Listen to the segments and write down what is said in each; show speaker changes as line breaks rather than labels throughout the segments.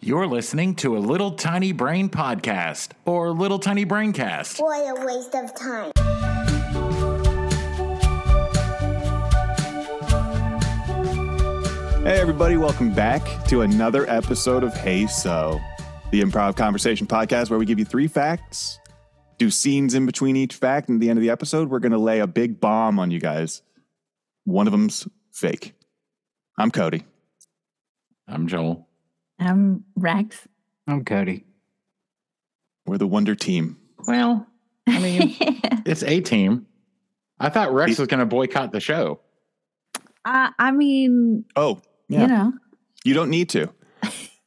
You're listening to a Little Tiny Brain podcast or Little Tiny Braincast.
What a waste of time.
Hey, everybody, welcome back to another episode of Hey So, the improv conversation podcast where we give you three facts, do scenes in between each fact, and at the end of the episode, we're going to lay a big bomb on you guys. One of them's fake. I'm Cody.
I'm Joel.
Um, Rex.
I'm Cody.
We're the Wonder Team.
Well, I mean, it's a team. I thought Rex was going to boycott the show.
I, I mean,
Oh, yeah.
you know,
You don't need to.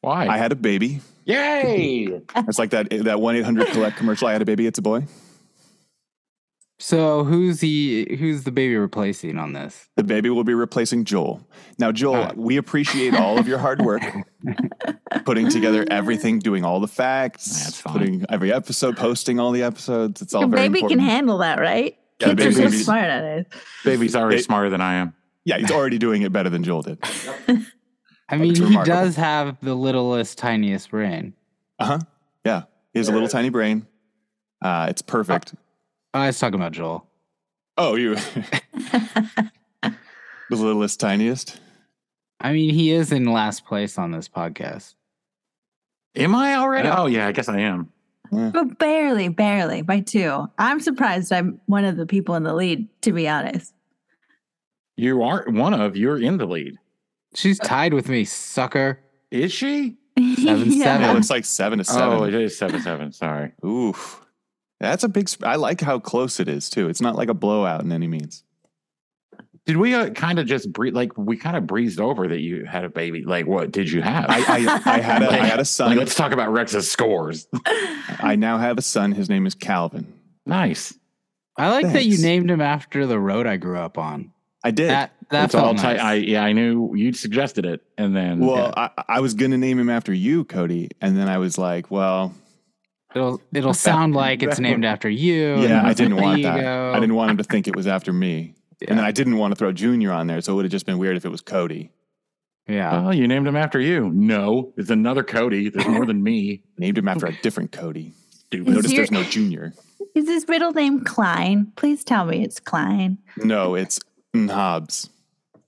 Why?
I had a baby.
Yay!
It's like that that one eight hundred collect commercial. I had a baby. It's a boy.
So who's he? Who's the baby replacing on this?
The baby will be replacing Joel. Now, Joel,
Ah.
we appreciate all of your hard work putting together everything, doing all the facts,
That's fine.
putting every episode, posting all the episodes. It's all
your
very
baby
important.
can handle that, right?
Yeah,
Kids are so
babies-
smart at it.
Baby's already
It-
smarter than I am.
yeah, he's already doing it better than Joel did.
I mean,
It's
he
remarkable.
does have the littlest, tiniest brain.
Uh huh. Yeah, he has a little tiny brain. Uh, it's perfect.
I was talking about Joel.
Oh, you the littlest, tiniest.
I mean, he is in last place on this podcast.
Am I already? Oh, yeah, I guess I am.
But barely, barely by two. I'm surprised I'm one of the people in the lead, to be honest.
You aren't one of, you're in the lead.
She's
Uh,
tied with me, sucker.
Is she?
Seven,
No,
seven.
it's like seven to
Oh, it
seven.
is 7 7. Sorry.
Oof, that's a big. Sp- I like how close it is too. It's not like a blowout in any means.
Did we uh, kind of just breeze, like, we kind of breezed over that you had a baby? Like, what did you have?
I, I, I had a, I had a son.
Like, let's talk about Rex's scores.
I now have a son. His name is Calvin.
Nice.
I like that you
Thanks.
named him after the road I grew up on.
I did.
That that
it's
felt
all tight.
nice.
I yeah, I knew you suggested it, and then
well, I, I was gonna name him after you, Cody, and then I was like, well,
it'll it'll sound like it's
that-
named after you.
yeah, I didn't
There
want
you
that.
go.
I didn't want him to think it was after me, and then I didn't want to throw Junior on there, so it would have just been weird if it was Cody.
Yeah.
oh, you named him after you. No, it's another Cody. There's more than me.
Named him after a different Cody.
Stupid.
Is
Notice
your-
there's no Junior.
Is his middle name Klein? Please tell me it's Klein.
No, it's Hobbs.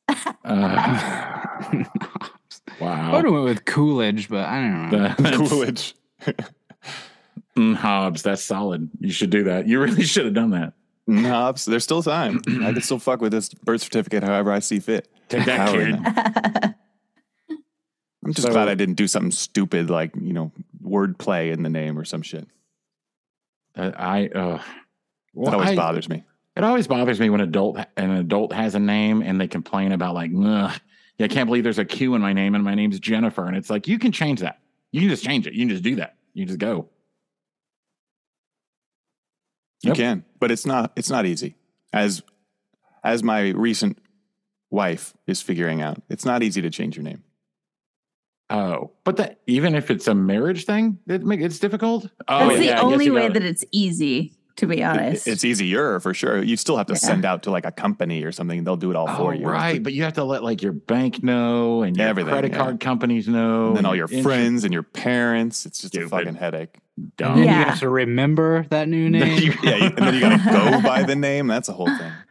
Uh,
I would
wow.
have went with Coolidge, but I don't know.
That's-
Coolidge.
Mm, Hobbs, that's solid. You should do that. You really should have done that.
Hobbs. There's still time. I can still fuck with this birth certificate however I see fit.
Take that,
Howard.
kid.
I'm just
So-
glad I didn't do something stupid like you know wordplay in the name or some shit.
Uh, I. Uh,
that always
I-
bothers me.
It always bothers me when adult an adult has a name and they complain about like, "Ugh, yeah, I can't believe there's a Q in my name and my name's Jennifer, and it's like you can change that. You can just change it. You can just do that. You just go.
You
Yep.
can, but it's not it's not easy. As as my recent wife is figuring out, it's not easy to change your name.
Oh, but that even if it's a marriage thing, it make it's difficult. Oh,
That's the
yeah, I guess
only
you
way
gotta-
that it's easy, to be
It-
honest.
it's easier for sure. You still have to
Yeah.
send out to like a company or something. They'll do it all
Oh,
for you.
right? But you have to let like your bank know and your
Everything,
credit
yeah.
card companies know,
And then all your
insurance-
friends and your parents, it's just a
Stupid.
fucking headache.
And then
Dumb.
you
Yeah.
have to remember that new name.
Yeah, you, and then you gotta go by the name. That's a whole thing.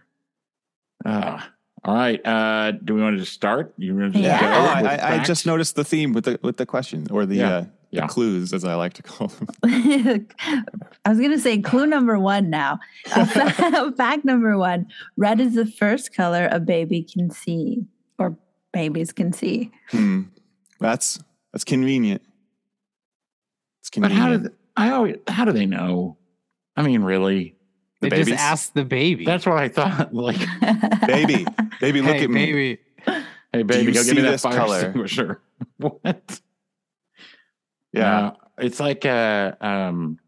Ah, all right. Uh, do we want to just start? You want to just
Yeah.
get
Oh,
over
I,
with
I, I
facts?
just noticed the theme with the with the question or the
Yeah.
uh,
Yeah.
the clues as I like to call them.
I was going to say clue number one now. Uh, Fact number one red is the first color a baby can see, or babies can see.
Hmm. That's that's convenient. It's
But
convenient.
how did I always? How do they know? I mean, really?
the
they
babies.
just asked the baby.
That's what I thought. Like,
baby, baby, look
hey,
at me.
baby.
hey,
you
baby, go
see
give me that
this
fire
color?
extinguisher. what?
Yeah.
Uh, it's like uh, um,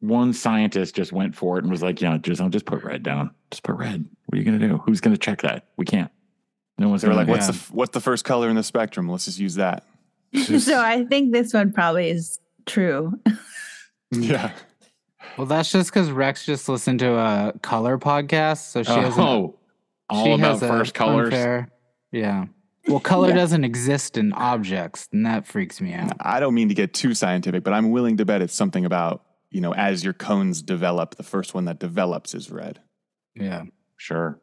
one scientist just went for it and was like, "Yeah, just I'll just put red down. Just put red. What are you gonna do? Who's gonna check that? We can't. No one's
They were
gonna
like,
know.
"What's the f- what's the first color in the spectrum? Let's just use that."
so I think this one probably is true.
Yeah,
Well, that's just because Rex just listened to a color podcast, so she has an,
oh, all
she
about
has a
first colors.
unfair- yeah, Well, color
Yeah.
doesn't exist in objects, and that freaks me out.
I don't mean to get too scientific, but I'm willing to bet it's something about, you know, as your cones develop, the first one that develops is red.
Yeah.
Sure.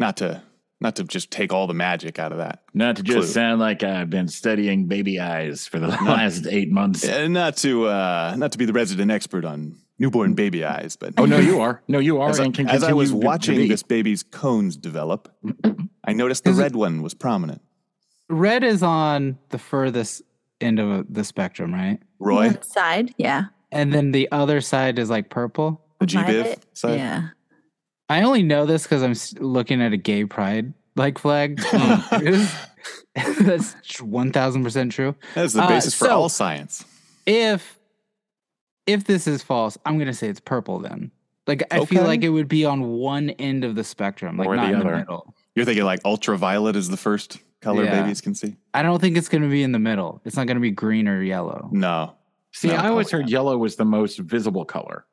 Not to not to just take all the magic out of that.
Not to just
Clue.
sound like I've been studying baby eyes for the last eight months.
And not to uh not to be the resident expert on newborn baby eyes, but
Oh no, you are. No, you are.
as, I,
and can
as I was
continue to- to
watching
be.
this baby's cones develop, I noticed the
Is it-
red one was prominent.
Red is on the furthest end of the spectrum, right?
Roy,
Left side, yeah.
And then the other side is like purple.
the G Biv
Violet,
side.
Yeah.
I only know this because I'm s- looking at a gay pride like flag. It
Hmm.
is- That's one thousand percent true.
That's the
Uh,
basis for
so-
all science.
If if this is false, I'm gonna say it's purple then. Like I feel
Okay.
like it would be on one end of the spectrum, like
Or
not
the
in
other.
the middle.
You're thinking like ultraviolet is the first color
Yeah.
babies can see?
I don't think it's gonna be in the middle. It's not gonna be green or yellow.
No.
See,
No,
I always
probably
heard yellow was the most visible color.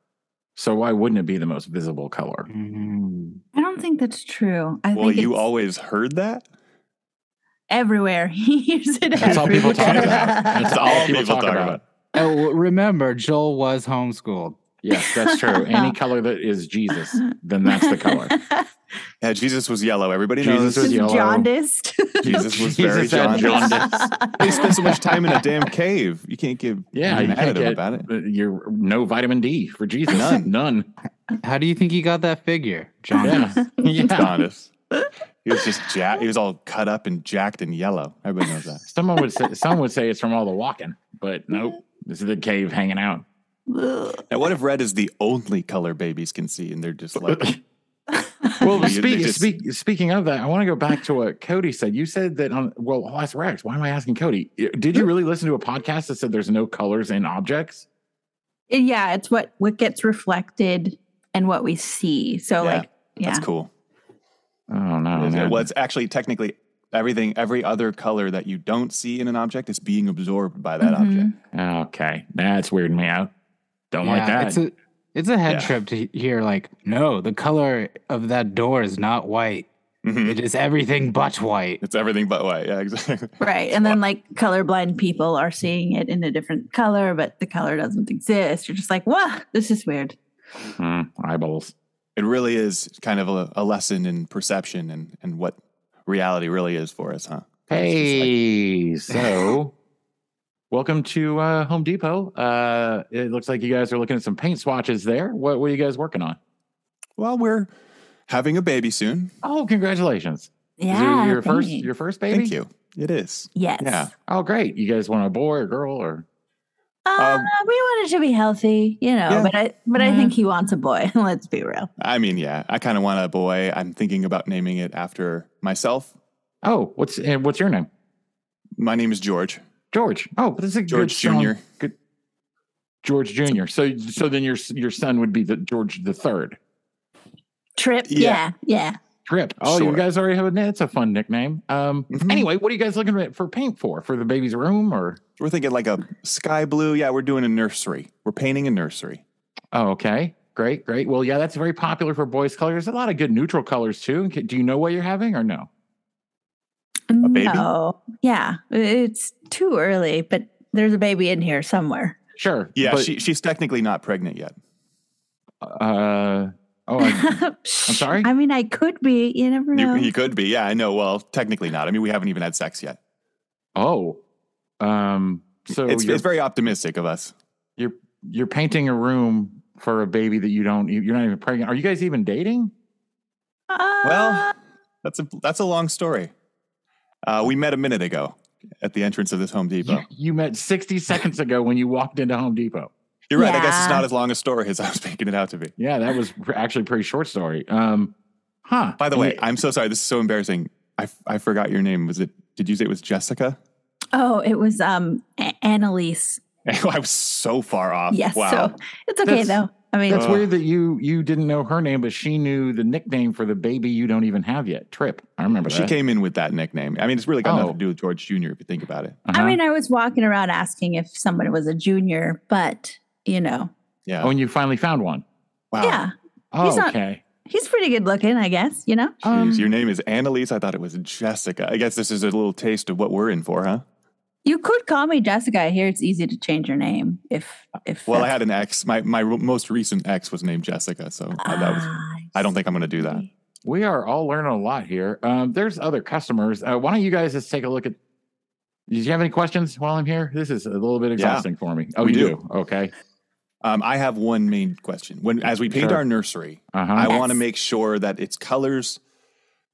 So why wouldn't it be the most visible color?
Mm.
I don't think that's true. I
Well,
think
you
it's
always heard that?
everywhere. He hears it
That's all people talk
everywhere.
about. That's all people talk about.
Oh, well, remember, Joel was homeschooled.
Yes, that's true. Any color that is Jesus, then that's the color.
Yeah, Jesus was yellow. Everybody
Jesus
knows
was yellow.
Jaundiced.
Jesus was very
Jesus had
jaundiced.
jaundice.
They spent so much time in a damn cave. You can't give
Yeah,
you
you
mad at
can't
him
get
about it.
uh, your no vitamin D for Jesus.
None.
None.
How do you think he got that figure, John?
Yeah. yeah.
Jaundice. He was just jacked. He was all cut up and jacked and yellow. Everybody knows that.
Someone would say some would say it's from all the walking, but nope. This is the cave hanging out.
Ugh.
Now, what if red is the only color babies can see, and they're just like,
Well,
They
speak,
just-
speak, speaking of that, I want to go back to what Cody said. You said that on, well, I'll ask Rex. Why am I asking Cody? Did you really listen to a podcast that said there's no colors in objects?
yeah, it's what what gets reflected and what we see. So
Yeah,
like yeah.
"That's cool."
Oh, no. man.
Well, it's actually technically everything. Every other color that you don't see in an object is being absorbed by
Mm-hmm.
that
Mhm.
object.
Okay. That's weirding me out. Don't like
Yeah,
that.
It's a, it's a head
Yeah.
trip to he- hear like, no, the color of that door is not white.
Mhm.
It is everything but white.
It's everything but white. Yeah, exactly.
Right. And then like colorblind people are seeing it in a different color, but the color doesn't exist. You're just like, whoa, this is weird.
Hmm, eyeballs.
it really is kind of a, a lesson in perception and, and what reality really is for us, huh? It's
Hey, so welcome to uh, Home Depot. Uh, it looks like you guys are looking at some paint swatches there. What were you guys working on?
like, well, we're having a baby soon.
Oh, congratulations. Is it
Yeah.
your first,
thanks.
your first baby?
Thank you. It is.
yes.
Yeah.
Oh, great. You guys want a boy or girl or?
Uh,
Um,
we wanted to be healthy, you know,
Yeah.
but I but I
Yeah.
think he wants a boy. Let's be real.
I mean, yeah, I kind of want a boy. I'm thinking about naming it after myself.
Oh, what's and what's your name?
My name is George.
George. Oh, this is a good
George
strong-
Jr.
Good. George Jr. So, so then your your son would be the George the third.
Trip.
Yeah.
Yeah. Yeah.
Trip. Oh,
Sure.
you guys already have a name. It's a fun nickname. Um.
Mhm.
Anyway, what are you guys looking at for paint for? For the baby's room or?
We're thinking like a sky blue. Yeah, we're doing a nursery. We're painting a nursery.
Oh, okay. Great, great. Well, yeah, that's very popular for boys' colors. There's a lot of good neutral colors too. Ca- Do you know what you're having or no?
baby?
No. Yeah. It's too early, but there's a baby in here somewhere.
Sure.
Yeah,
but,
she, she's technically not pregnant yet.
Uh. Oh, I-
I'm
sorry?
I mean, I could be. You never
You,
know.
you could be. Yeah, I know. Well, technically not. I mean, we haven't even had sex yet.
oh. Um. So
it's,
you're,
it's very optimistic of us.
you're you're painting a room for a baby that you don't you- you're not even pregnant. Are you guys even dating?
Uh,
Well, Uh, that's a that's a long story. Uh, we met a minute ago at the entrance of this Home
You,
Depot.
you met 60 seconds ago when you walked into Home Depot.
You're right. I guess it's
Yeah.
not as long a story as I was making it out to be.
Yeah, that was pr- actually a pretty short story. Um, huh.
By the way,
Yeah.
I'm so sorry. This is so embarrassing. I, f- I forgot your name. Was it? Did you say it was Jessica?
oh, it was um A- Annalise.
I was so far off.
Yes.
Uh, Wow.
So it's okay
That's-
though. I mean,
that's
Ugh.
weird that you you didn't know her name, but she knew the nickname for the baby you don't even have yet. Trip. I remember
she
that.
came in with that nickname. I mean, it's really got nothing
Oh.
to do with George Jr. If you think about it.
Uh-huh.
I mean, I was walking around asking if someone was a junior, but you know,
Yeah.
oh, and you Oh, finally found one.
wow.
yeah,
Oh,
not-
okay.
He's pretty good looking, I guess, you know?
Jeez,
Um,
your name is Annalise. I thought it was Jessica. I guess this is a little taste of what we're in for, huh?
You could call me Jessica. I hear it's easy to change your name if if
Well, I
that's-
had an ex. My my r- most recent ex was named Jessica, so uh, that was.
Ah,
I don't think I'm going to do that.
see.
We are all learning a lot here. Um, there's other customers. Uh, why don't you guys just take a look at? Did you have any questions while I'm here? This is a little bit exhausting for me. Oh,
we
you
do.
do. Okay.
Um, I have one main question. When as we paint
Sure.
our nursery,
Uh
I
huh.
want to
Yes.
make sure that it's colors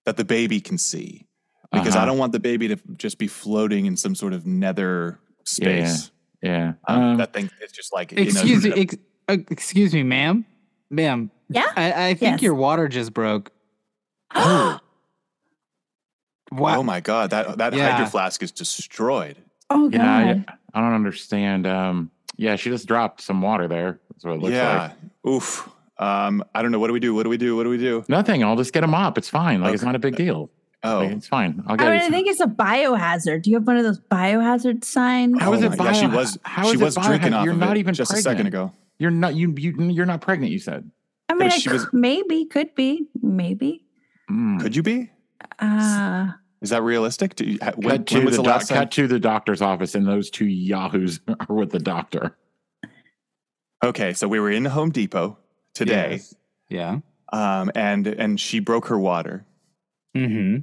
that the baby can see because I
Uh-huh.
don't want the baby to just be floating in some sort of nether space.
Yeah.
Um,
Um,
that thing it's just like
Excuse
you
me,
know,
ex- uh, excuse me, ma'am, ma'am.
Yeah?
I, I think
Yes.
your water just broke.
oh,
Wow.
Oh my god, that that
Yeah.
hydro flask is destroyed.
Oh, God.
yeah. I, I don't understand. Um, yeah, she just dropped some water there. That's what it looks like.
Yeah. Oof. Um, I don't know. What do we do? What do we do? What do we do?
Nothing. I'll just get a mop. It's fine. Like it's
Okay.
not a big deal. Like,
Oh,
it's fine. I'll
I
get
mean,
it.
I think it's a biohazard. Do you have one of those biohazard signs?
How is
Oh
it
my gosh, she
bio-
was
how
she
is it
was drinking
biohazard?
off
You're
of
not
it
even
just a second
pregnant.
ago.
You're not you you you're not pregnant. You said.
I mean,
but
I
she
cou-
was-
maybe, could be, maybe.
Mm.
Could you be?
Uh,
Is that realistic? Do you, ha- when,
cut,
when
to
was
the
the
doc-
last time?
cut to the doctor's office, and those two yahoos are with the doctor
Okay, so we were in Home Depot today,
Yes. Yeah.
um, and and she broke her water.
Mm-hmm.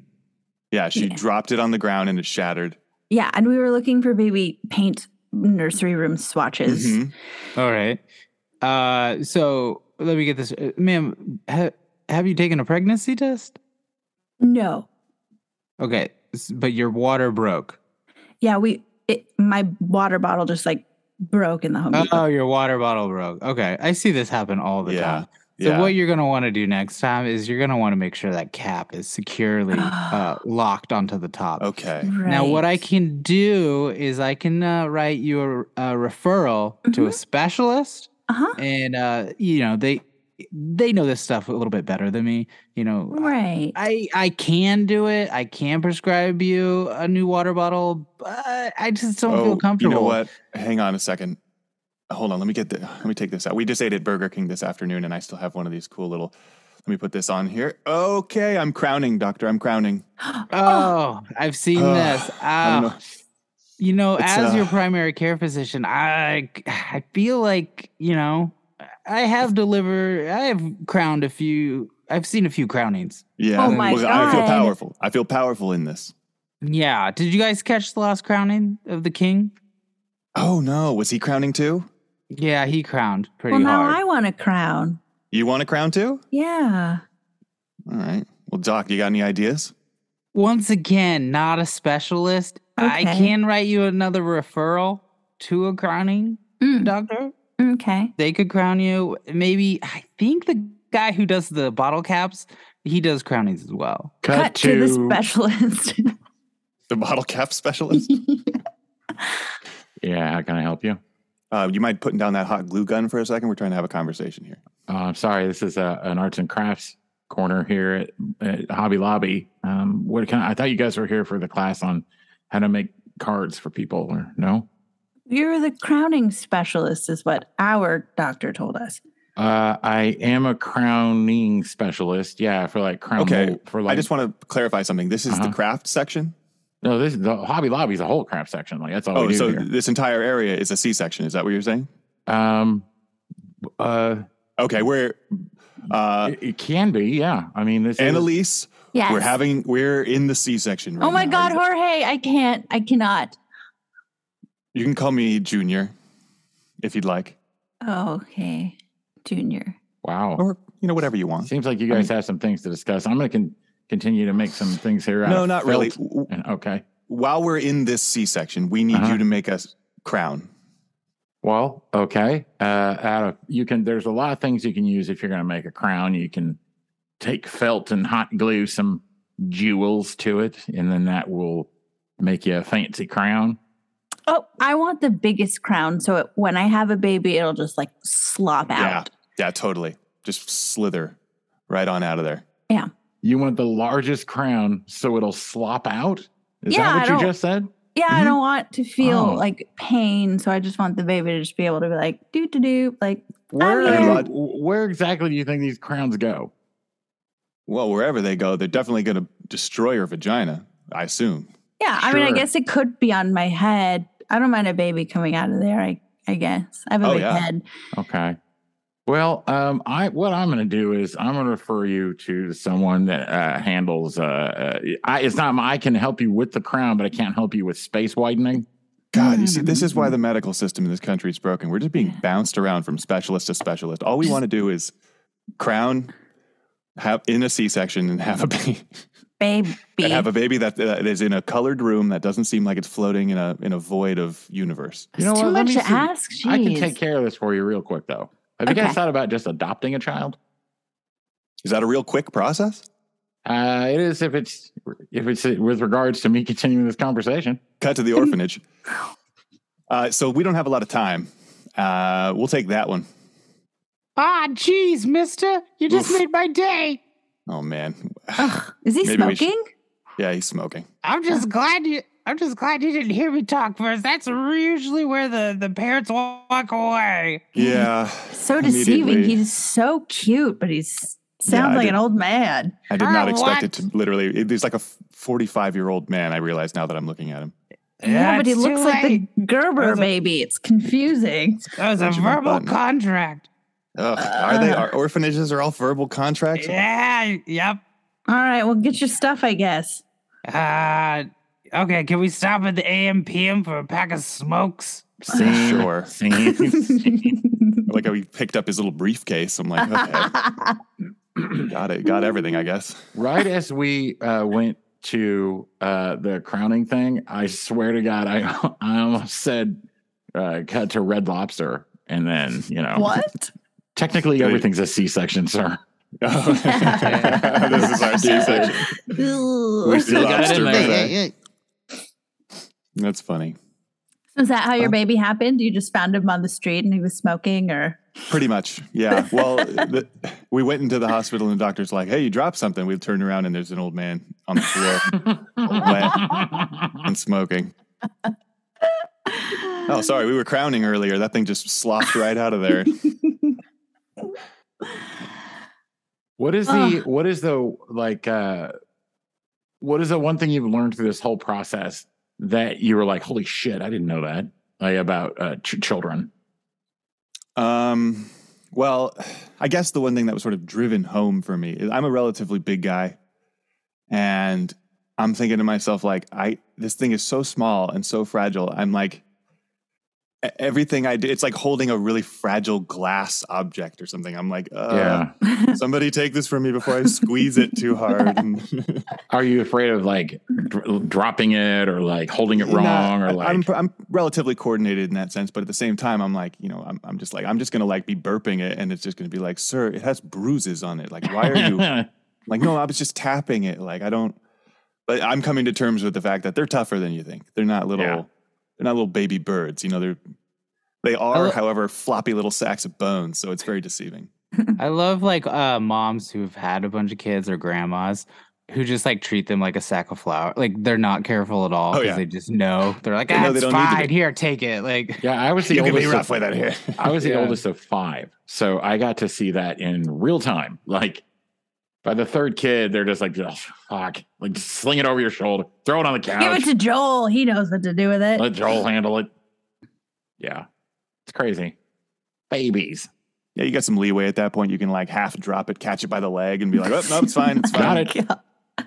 Yeah, she
Yeah.
dropped it on the ground and it shattered.
yeah, and we were looking for baby paint nursery room swatches.
Mm-hmm.
Mhm.
All right. Uh, so let me get this, uh, ma'am. Ha- have you taken a pregnancy test?
No,
Okay, s- but your water broke.
yeah, we. It, my water bottle just like broke in the home. Depot.
Oh, your water bottle broke. Okay, I see this happen all the
Yeah.
time. So
Yeah.
what you're gonna want to do next time is you're gonna want to make sure that cap is securely uh, locked onto the top.
okay.
right.
Now, what I can do is I can uh, write you a, a referral to
Mm-hmm.
a specialist,
uh-huh.
and uh, you know they they know this stuff a little bit better than me. You know,
right.
I I can do it. I can prescribe you a new water bottle, but I just don't feel comfortable.
Oh, You know what? Hang on a second. Hold on. Let me get the. Let me take this out. We just ate at Burger King this afternoon, and I still have one of these cool little. Let me put this on here. Okay, I'm crowning, Doctor. I'm crowning.
Oh, I've seen
Ugh,
this.
I don't
Ah, you know,
It's,
as your
uh,
primary care physician, I I feel like you know I have delivered. I have crowned a few. I've seen a few crownings.
Yeah.
Oh my
I feel
God.
powerful. I feel powerful in this.
Yeah. Did you guys catch the last crowning of the king?
Oh no, was he crowning too?
Yeah, he crowned pretty
well, now
hard.
I want a crown.
You want a crown too?
Yeah.
All right. Well, Doc, you got any ideas?
Once again, not a specialist. I
Okay.
can write you another referral to a crowning
Mm,
doctor.
okay.
They could crown you. Maybe I think the guy who does the bottle caps, he does crownings as well.
cut,
to, the specialist.
The bottle cap specialist.
yeah how can i help you
uh, you mind putting down that hot glue gun for a second? We're trying to have a conversation here.
uh, i'm sorry this is a, an arts and crafts corner here at, at hobby lobby um what kind i thought you guys were here for the class on how to make cards for people or no
You're the crowning specialist, is what our doctor told us.
uh i am a crowning specialist yeah for like crown
Okay,
mold- for like
I just want to clarify something. This is the
Uh-huh.
craft section.
no this the hobby lobby's a whole craft section like that's all
Oh,
we do
so
here.
this entire area is a C section. Is that what you're saying?
um uh
Okay, we're uh,
it, it can be yeah i mean this is-
Annalise.
Yes.
We're having we're in the C section. Right
Oh my
now.
God, Jorge! I can't. I cannot.
You can call me Junior if you'd like,
Okay, Junior.
wow
or you know whatever you want.
Seems like you guys have some things to discuss. I'm going to con- continue to make some things here. out
No,
of
not really.
felt.
W-
And- okay.
While we're in this C section, we need
Uh-huh.
you to make us crown.
Well, okay. Uh, out of you can. There's a lot of things you can use if you're going to make a crown. You can take felt and hot glue some jewels to it, and then that will make you a fancy crown.
Oh, I want the biggest crown, so it, when I have a baby, it'll just like slop
Yeah,
out.
yeah, totally. Just slither right on out of there.
You want the largest crown so it'll slop out. Is
Yeah, I
that what
don't-
you just said?
Yeah, I
Mhm.
don't want to feel
Oh.
like pain, so I just want the baby to just be able to be like doo doo doo, like
Where
here.
where exactly do you think these crowns go?
Well, wherever they go, they're definitely going to destroy your vagina, I assume.
Yeah, I mean, I
Sure.
guess it could be on my head. I don't mind a baby coming out of there. I I guess I have a
Oh,
big
yeah.
head.
Okay. Well, um, I what I'm going to do is I'm going to refer you to someone that uh, handles. Uh, uh, I, it's not my, I can help you with the crown, but I can't help you with space widening.
God, you see, this is why the medical system in this country is broken. We're just being
Mm-hmm. Yeah.
bounced around from specialist to specialist. All we want to do is crown, have in a C-section, and have a baby.
Baby.
And have a baby that, uh, that is in a colored room that doesn't seem like it's floating in a in a void of universe.
You know
it's
what?
too
Let
much
me
to
see.
ask. Jeez.
I can take care of this for you real quick, though. Have you
Okay.
guys thought about just adopting a child?
Is that a real quick process?
Uh, it is if it's if it's with regards to me continuing this conversation.
Cut to the orphanage. Uh, so we don't have a lot of time. Uh, we'll take that one.
Ah, jeez, mister. You just
Oof.
made my day.
Oh man,
Ugh, is he
Maybe we should-
smoking?
yeah, he's smoking.
I'm just glad you I'm just glad you didn't hear me talk first. That's usually where the, the parents walk away.
Mm-hmm.
Yeah,
So deceiving.
Immediately.
He's so cute, but he's sounds
I
like
did-
an old man.
I did
Ah,
not expect
what?
it to literally. it- He's like a forty-five-year-old man. I realize now that I'm looking at him.
Yeah, but he
That's
looks
too
like
late.
the Gerber
Those are-
baby. It's confusing.
That was a
Benjamin
verbal
Button.
contract.
Ugh, are they?
Uh.
Are orphanages are all verbal contracts?
Yeah, yep.
All right, well, get your stuff, I guess.
Uh okay, can we stop at the AM PM for a pack of smokes?
Scene,
Sure.
scene.
Like how he picked up his little briefcase. I'm like, okay, got it, got everything, I guess.
right as we uh, went to uh, the crowning thing, I swear to God, I I almost said uh, cut to Red Lobster, and then you know,
what?
technically
Good.
everything's a C-section, sir.
this is our D section.
Ew.
We still got it
Lobster
in there.
buffet.
That's funny.
Is that how your
Huh?
baby happened? You just found him on the street and he was smoking, or
Pretty much. Yeah. Well, the, we went into the hospital and the doctor's like, hey, you dropped something. We turned around and there's an old man on the floor and smoking. Oh, sorry. We were crowning earlier. That thing just sloped right out of there.
What is the what is the like uh what is the one thing you've learned through this whole process that you were like, holy shit, I didn't know that like about uh, ch- children?
Um, well, I guess the one thing that was sort of driven home for me is I'm a relatively big guy, and I'm thinking to myself like, I this thing is so small and so fragile. I'm like, e- everything I do, it's like holding a really fragile glass object or something. I'm like, uh,
yeah.
somebody take this from me before I squeeze it too hard. And
Are you afraid of like dr- dropping it or like holding it
Nah,
wrong or like
I'm I'm relatively coordinated in that sense, but at the same time, I'm like, you know, I'm I'm just like I'm just gonna like be burping it, and it's just gonna be like, sir, it has bruises on it. Like, why are you? Like, no, I was just tapping it. Like, I don't. But I'm coming to terms with the fact that they're tougher than you think. They're not little.
Yeah.
They're not little baby birds. You know, they're they are,
lo-
however, floppy little sacks of bones. So it's very deceiving.
I love like uh moms who've had a bunch of kids or grandmas who just like treat them like a sack of flour. Like they're not careful at all
Oh,
because
yeah.
they just know they're like,
They
ah,
know they
it's
don't need to
fine. Here, take it. Like
yeah, I was the
you can
oldest.
be
of-
rough with it here.
I was the
Yeah.
oldest of five, so I got to see that in real time. Like by the third kid, they're just like, oh, fuck, like just sling it over your shoulder, throw it on the
give
couch,
it to Joel. He knows what to do with it.
let Joel handle it. Yeah, it's crazy. Babies,
yeah, you got some leeway at that point. You can like half drop it, catch it by the leg, and be like, oh no, it's fine, it's fine.
got it.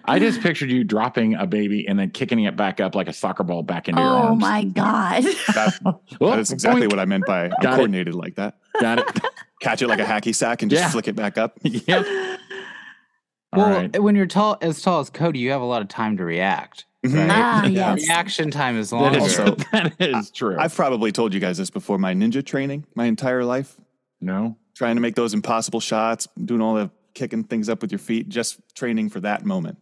I just pictured you dropping a baby and then kicking it back up like a soccer ball back into your
Oh
arms.
my god!
That,
Oh,
that is exactly
boink.
what I meant by I'm
Got it.
coordinated like that.
got it.
Catch it like a hacky sack and just
Yeah.
flick it back up.
yep. All
well,
right.
when you're tall as tall as Cody, you have a lot of time to react.
Mhm.
Right?
ah,
Yeah.
yes.
Reaction time is
That
longer.
is,
Also-
that is true.
I've probably told you guys this before. My ninja training, my entire life,
no.
trying to make those impossible shots, doing all the kicking things up with your feet, just training for that moment,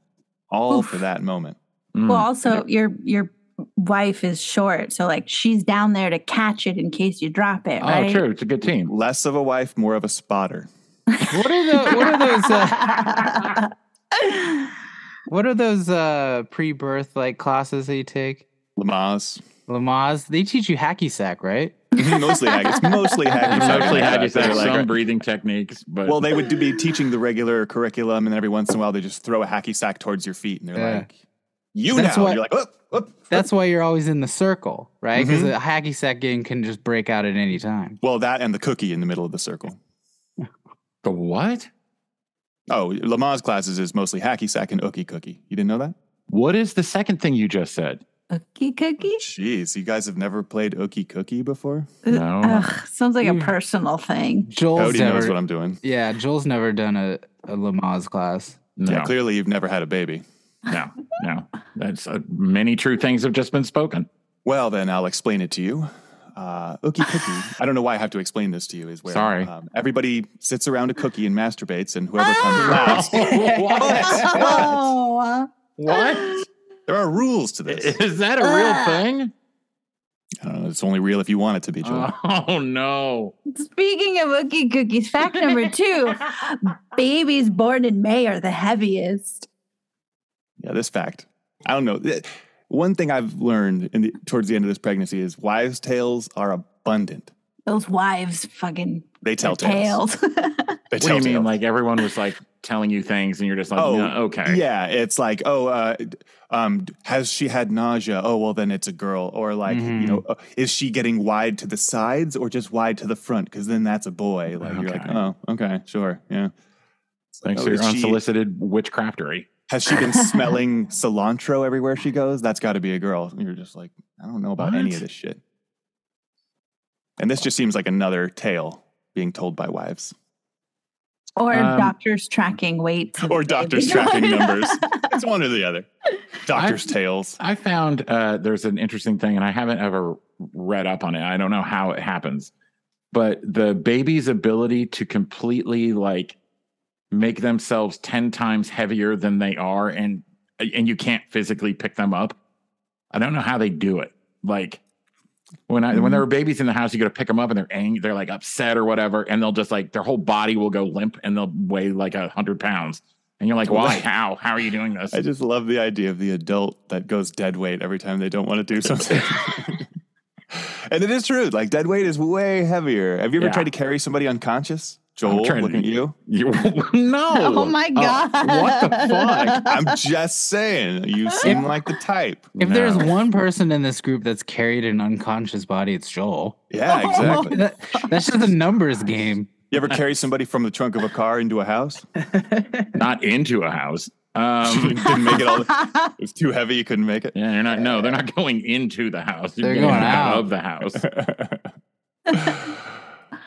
all
Oof.
for that moment.
Mm.
Well, also your your wife is short, so like she's down there to catch it in case you drop it, right?
Oh, true. It's a good team.
Less of a wife, more of a spotter.
what are the what are those uh, what are those uh pre-birth like classes that you take?
Lamaze,
Lamaze, they teach you hacky sack, right?
mostly hack. It's mostly hacky sack.
Mostly
Yeah,
hacky sack,
they're Uh, like-
some breathing techniques, but
well, they would do- be teaching the regular curriculum, and every once in a while they just throw a hacky sack towards your feet, and they're
Yeah.
like, "You
That's
now."
what-
You're like, "Whoop, whoop."
That's why you're always in the circle, right?
Mm-hmm.
Because a hacky sack game can just break out at any time.
Well, that and the cookie in the middle of the circle.
the what?
Oh, Lamaze classes is mostly hacky sack and ookie cookie. You didn't know that?
What is the second thing you just said?
Cookie cookie?
Jeez, you guys have never played ookie cookie before?
No.
Ugh, sounds like a
Mm.
personal thing.
Joel's
Cody
never,
knows what I'm doing.
yeah, Joel's never done a, a Lamaze class.
No,
Yeah, clearly you've never had a baby.
no, no. That's uh, many true things have just been spoken.
Well, then I'll explain it to you. Uh, ookie cookie. I don't know why I have to explain this to you. Is where
Sorry.
Um, everybody sits around a cookie and masturbates, and whoever comes last.
what?
Oh,
What?
There are rules to this.
Is that a real
Uh,
Ah.
thing?
I don't know, it's only real if you want it to be, Joel.
Oh no.
speaking of ookie cookies, fact number two babies born in May are the heaviest.
yeah, this fact. I don't know. Th- One thing I've learned in the, towards the end of this pregnancy is wives' tales are abundant.
Those wives fucking
They tell tales.
tails.
They
What do
tell
you mean?
tales.
Like everyone was like telling you things, and you're just like,
Oh,
"No, okay,
Yeah, it's like, oh, uh, d- um, d- has she had nausea? Oh, well, then it's a girl. Or like, you
Mhm.
know, uh, is she getting wide to the sides or just wide to the front? Because then that's a boy. Like you're like,
Okay.
oh, okay, sure, yeah. It's like,
Thanks
oh,
for your
is she-
unsolicited witchcraftery.
Has she been smelling cilantro everywhere she goes? That's got to be a girl. And you're just like, I don't know about any
What?
of this shit. And this just seems like another tale being told by wives
or
Um,
doctors tracking weights. of
or
the
doctors
baby.
tracking numbers. It's one or the other. Doctors' tales.
I found uh, there's an interesting thing, and I haven't ever read up on it. I don't know how it happens, but the baby's ability to completely like make themselves ten times heavier than they are, and and you can't physically pick them up. I don't know how they do it. Like when I when there were babies in the house, you go to pick them up, and they're angry, they're like upset or whatever, and they'll just like their whole body will go limp, and they'll weigh like a hundred pounds. And you're like, why? How? How are you doing this?
I just love the idea of the adult that goes dead weight every time they don't want to do something. and it is true. Like dead weight is way heavier. Have you ever
Yeah.
tried to carry somebody unconscious? Joel,
trying to-
looking at you.
You, no. Uh,
Oh my God.
what the fuck?
I'm just saying, you seem like the type.
If there's
No.
one person in this group that's carried an unconscious body, it's Joel.
Oh,
Yeah, exactly.
That, that's just a numbers game.
You ever carry somebody from the trunk of a car into a house?
not into a house. Um,
Didn't make it all. It was too heavy. You couldn't make it.
yeah, you're not. No, they're not going into the house. You're
They're
getting
going out.
of the house.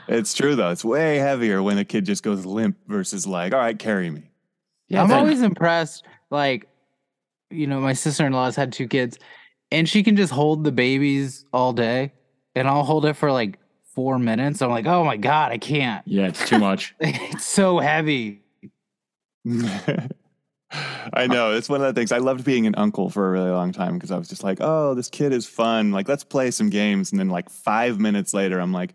It's true though. It's way heavier when a kid just goes limp versus like, all right, carry me.
Yeah,
I'm
it's like-
always impressed. Like, you know, my sister in law's had two kids, and she can just hold the babies all day, and I'll hold it for like four minutes. I'm like, oh my god, I can't.
Yeah, it's too much.
It's so heavy.
I know. It's one of the things. I loved being an uncle for a really long time because I was just like, oh, this kid is fun. Like, let's play some games. And then, like, five minutes later, I'm like,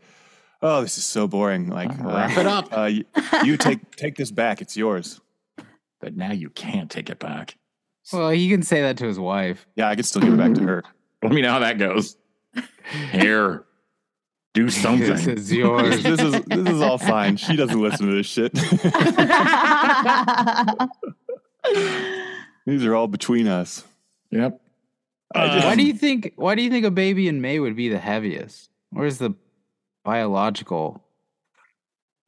oh, this is so boring. Like,
Wrap it up.
Uh, you, you take take this back. It's yours.
But now you can't take it back.
Well, he can say that to his wife.
Yeah, I could still give it back to her.
Let me know how that goes. Here, do
This
something.
is yours.
This is this is all fine. She doesn't listen to this shit. These are all between us.
Yep.
I just-
Uh, why do you think? Why do you think a baby in May would be the heaviest? Where's the biological?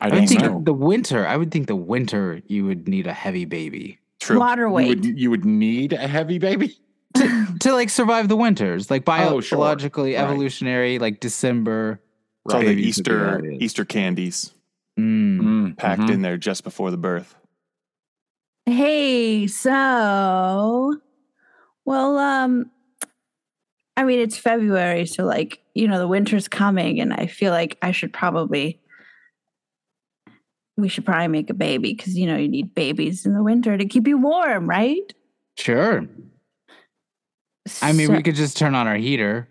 I
I would
don't
think
know.
the winter. I would think the winter you would need a heavy baby.
True.
Water
You
weight.
would, you would need a heavy baby.
to, to like survive the winters, like
Oh, sure.
biologically,
Right.
evolutionary, like December.
It's all the
babies would be
Easter
obvious.
Easter candies
Mm.
Mm,
packed
mhm.
in there just before the birth.
Hey, so well, um I mean it's February, so like, you know, the winter's coming and I feel like I should probably we should probably make a baby because you know you need babies in the winter to keep you warm, right?
Sure. I mean,
So-
we could just turn on our heater.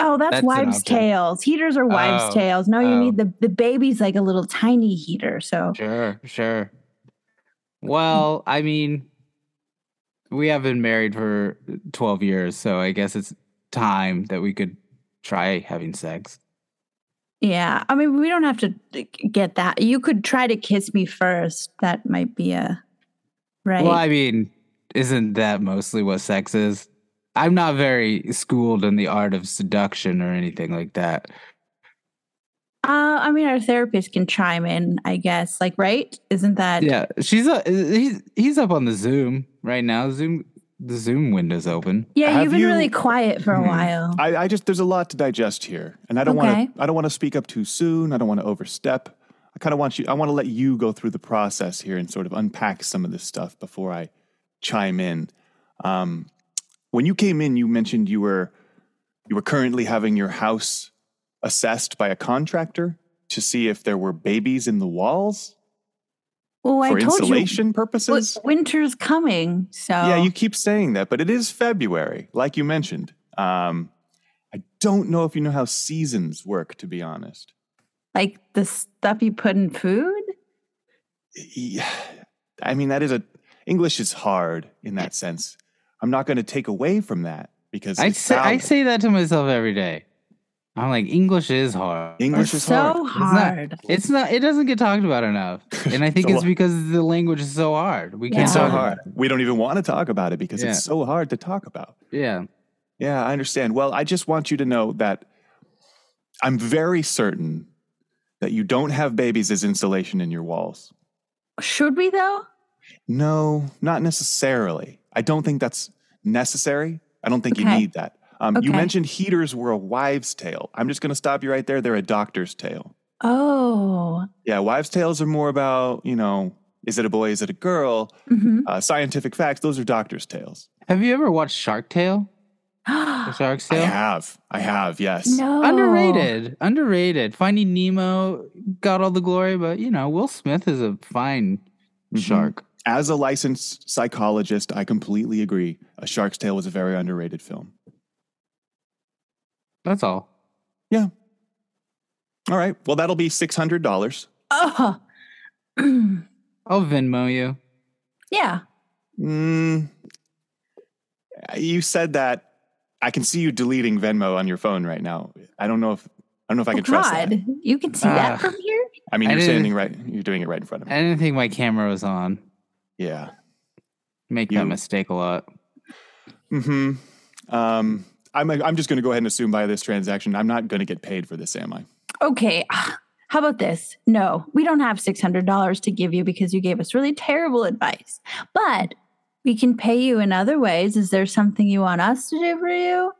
oh, that's,
that's an
wives'
option.
tails. Heaters are wives'
Oh,
tails. No, you
oh.
need the the baby's like a little tiny heater. So
Sure, sure. Well, I mean, we have been married for 12 years, so I guess it's time that we could try having sex.
Yeah. I mean, we don't have to like, get that. You could try to kiss me first. That might be a right.
Well, I mean, isn't that mostly what sex is? I'm not very schooled in the art of seduction or anything like that.
uh, I mean, our therapist can chime in, I guess. Like, right? Isn't that?
Yeah, she's uh he's he's up on the Zoom right now. Zoom the Zoom window's open.
Yeah,
Have
you've been
you- Mm-hmm. Uh,
really quiet for a
Hmm.
while.
I, I just there's a lot to digest here, and I don't
Okay.
want to. I don't want to speak up too soon. I don't want to overstep. I kind of want you. I want to let you go through the process here and sort of unpack some of this stuff before I chime in. Um, when you came in, you mentioned you were you were currently having your house assessed by a contractor to see if there were babies in the walls
well, Oh, I
for
told
insulation
you,
purposes.
w- winter's coming. So
Yeah,
Oh.
you keep saying that, but it is February, like you mentioned. Um, I don't know if you know how seasons work, to be honest.
like the stuff you put in food.
Yeah, I mean, that is a English is hard in that sense. I'm not going to take away from that because
I
it's
say I
valid.
say that to myself every day. I'm like English is hard.
English is hard.
so
hard.
hard.
It's not. It doesn't get talked about enough, and I think
So
it's
what?
because the language is so hard. We can't
It's so
talk
hard.
about
We don't even want to talk about it because
Yeah.
it's so hard to talk about.
it. Yeah.
Yeah, I understand. Well, I just want you to know that I'm very certain that you don't have babies as insulation in your walls.
Should we though?
No, not necessarily. I don't think that's necessary. I don't think you
Okay.
need that. Um, You
Okay.
mentioned heaters were a wives' tale. I'm just going to stop you right there. They're a doctor's tale.
Oh.
Yeah, wives' tales are more about, you know, is it a boy, is it a girl?
Mhm.
Uh, scientific facts, those are doctor's tales.
Have you ever watched Shark Tale? The Shark's
I
Tale.
have. I have, yes.
Mm-hmm. no.
Underrated, underrated. Finding Nemo got all the glory, but you know Will Smith is a fine
Mhm.
shark.
As a licensed psychologist, I completely agree. A Shark's Tale was a very underrated film.
That's all.
All right. Well, that'll be $600.
Oh.
I'll Venmo you.
yeah.
Mm, you said that. I can see you deleting Venmo on your phone right now. I don't know if I don't know if I
Oh,
can trust that.
God, you can see
Ah.
that from here.
I mean,
I
you're
didn't-
standing right. You're doing it right in front of me.
I didn't think my camera was on.
Yeah.
Make
You-
that mistake a lot.
Hmm. Um. I'm. I'm just going to go ahead and assume by this transaction, I'm not going to get paid for this, am I?
Okay. ah, How about this? No, we don't have six hundred dollars to give you because you gave us really terrible advice. But we can pay you in other ways. Is there something you want us to do for you?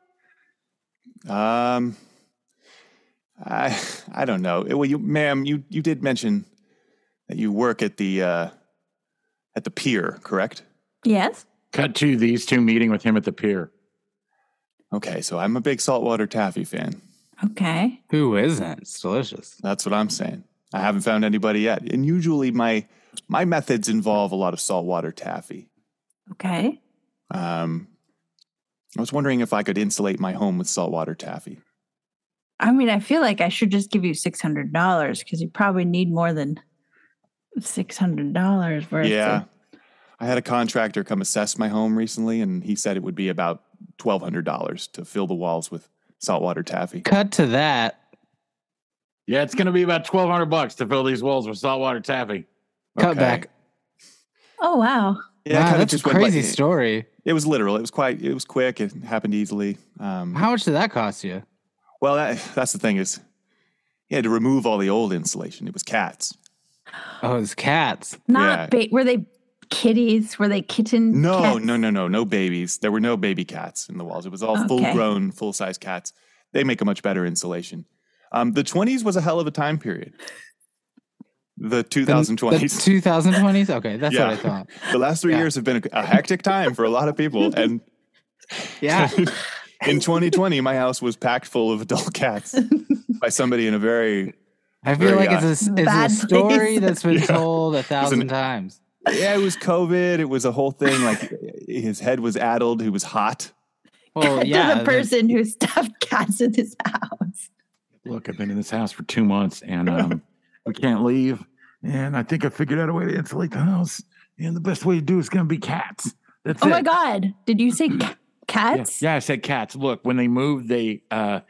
Um. I. I don't know. Well, you, ma'am, you you did mention that you work at the uh, at the pier, correct?
Yes.
Cut to these two meeting with him at the pier.
Okay. So I'm a big saltwater taffy fan.
Okay.
Who isn't? It's delicious.
That's what I'm saying. I haven't found anybody yet. And usually my my methods involve a lot of saltwater taffy.
Okay.
Um, I was wondering if I could insulate my home with saltwater taffy.
I mean, I feel like I should just give you six hundred dollars because you probably need more than six hundred dollars worth.
yeah.
Of,
I had a contractor come assess my home recently, and he said it would be about $1,200 to fill the walls with saltwater taffy.
Cut to that.
Yeah, it's going to be about twelve hundred bucks to fill these walls with saltwater taffy.
Cut
Okay.
back.
oh wow.
Yeah, I
wow,
kinda
that's a
just went like-
crazy story.
It was literal. It was quite. It was quick. It happened easily. Um,
How much did that cost you?
well, that, that's the thing is, he had to remove all the old insulation. It was cats.
Oh, it's cats.
Not ba- were they kitties? Were they kitten?
No,
cats?
no, no, no, no babies. There were no baby cats in the walls. It was all
Okay.
full-grown, full-size cats. They make a much better insulation. Um, the 20s was a hell of a time period. The
The-
2020s.
The 2020s? Okay, that's what I
Yeah.
thought.
the last three
yeah.
years have been a, a hectic time for a lot of people, and
Yeah.
in 2020, my house was packed full of adult cats by somebody in a very
I feel
Very
like it's a, s- it's a
Bad
story
place.
that's been
Yeah.
told a
was
thousand
an-
times.
yeah. It was COVID. It was a whole thing. Like his head was addled. He was hot.
Well, yeah.
to the
the-
person who stuffed cats in his house.
Look, I've been in this house for two months and um, we can't leave. And I think I figured out a way to insulate the house. And the best way to do is going to be cats. That's
Oh
it.
my god! Did you say ca- Cats?
Yeah, yeah, I said cats. Look, when they move, they uh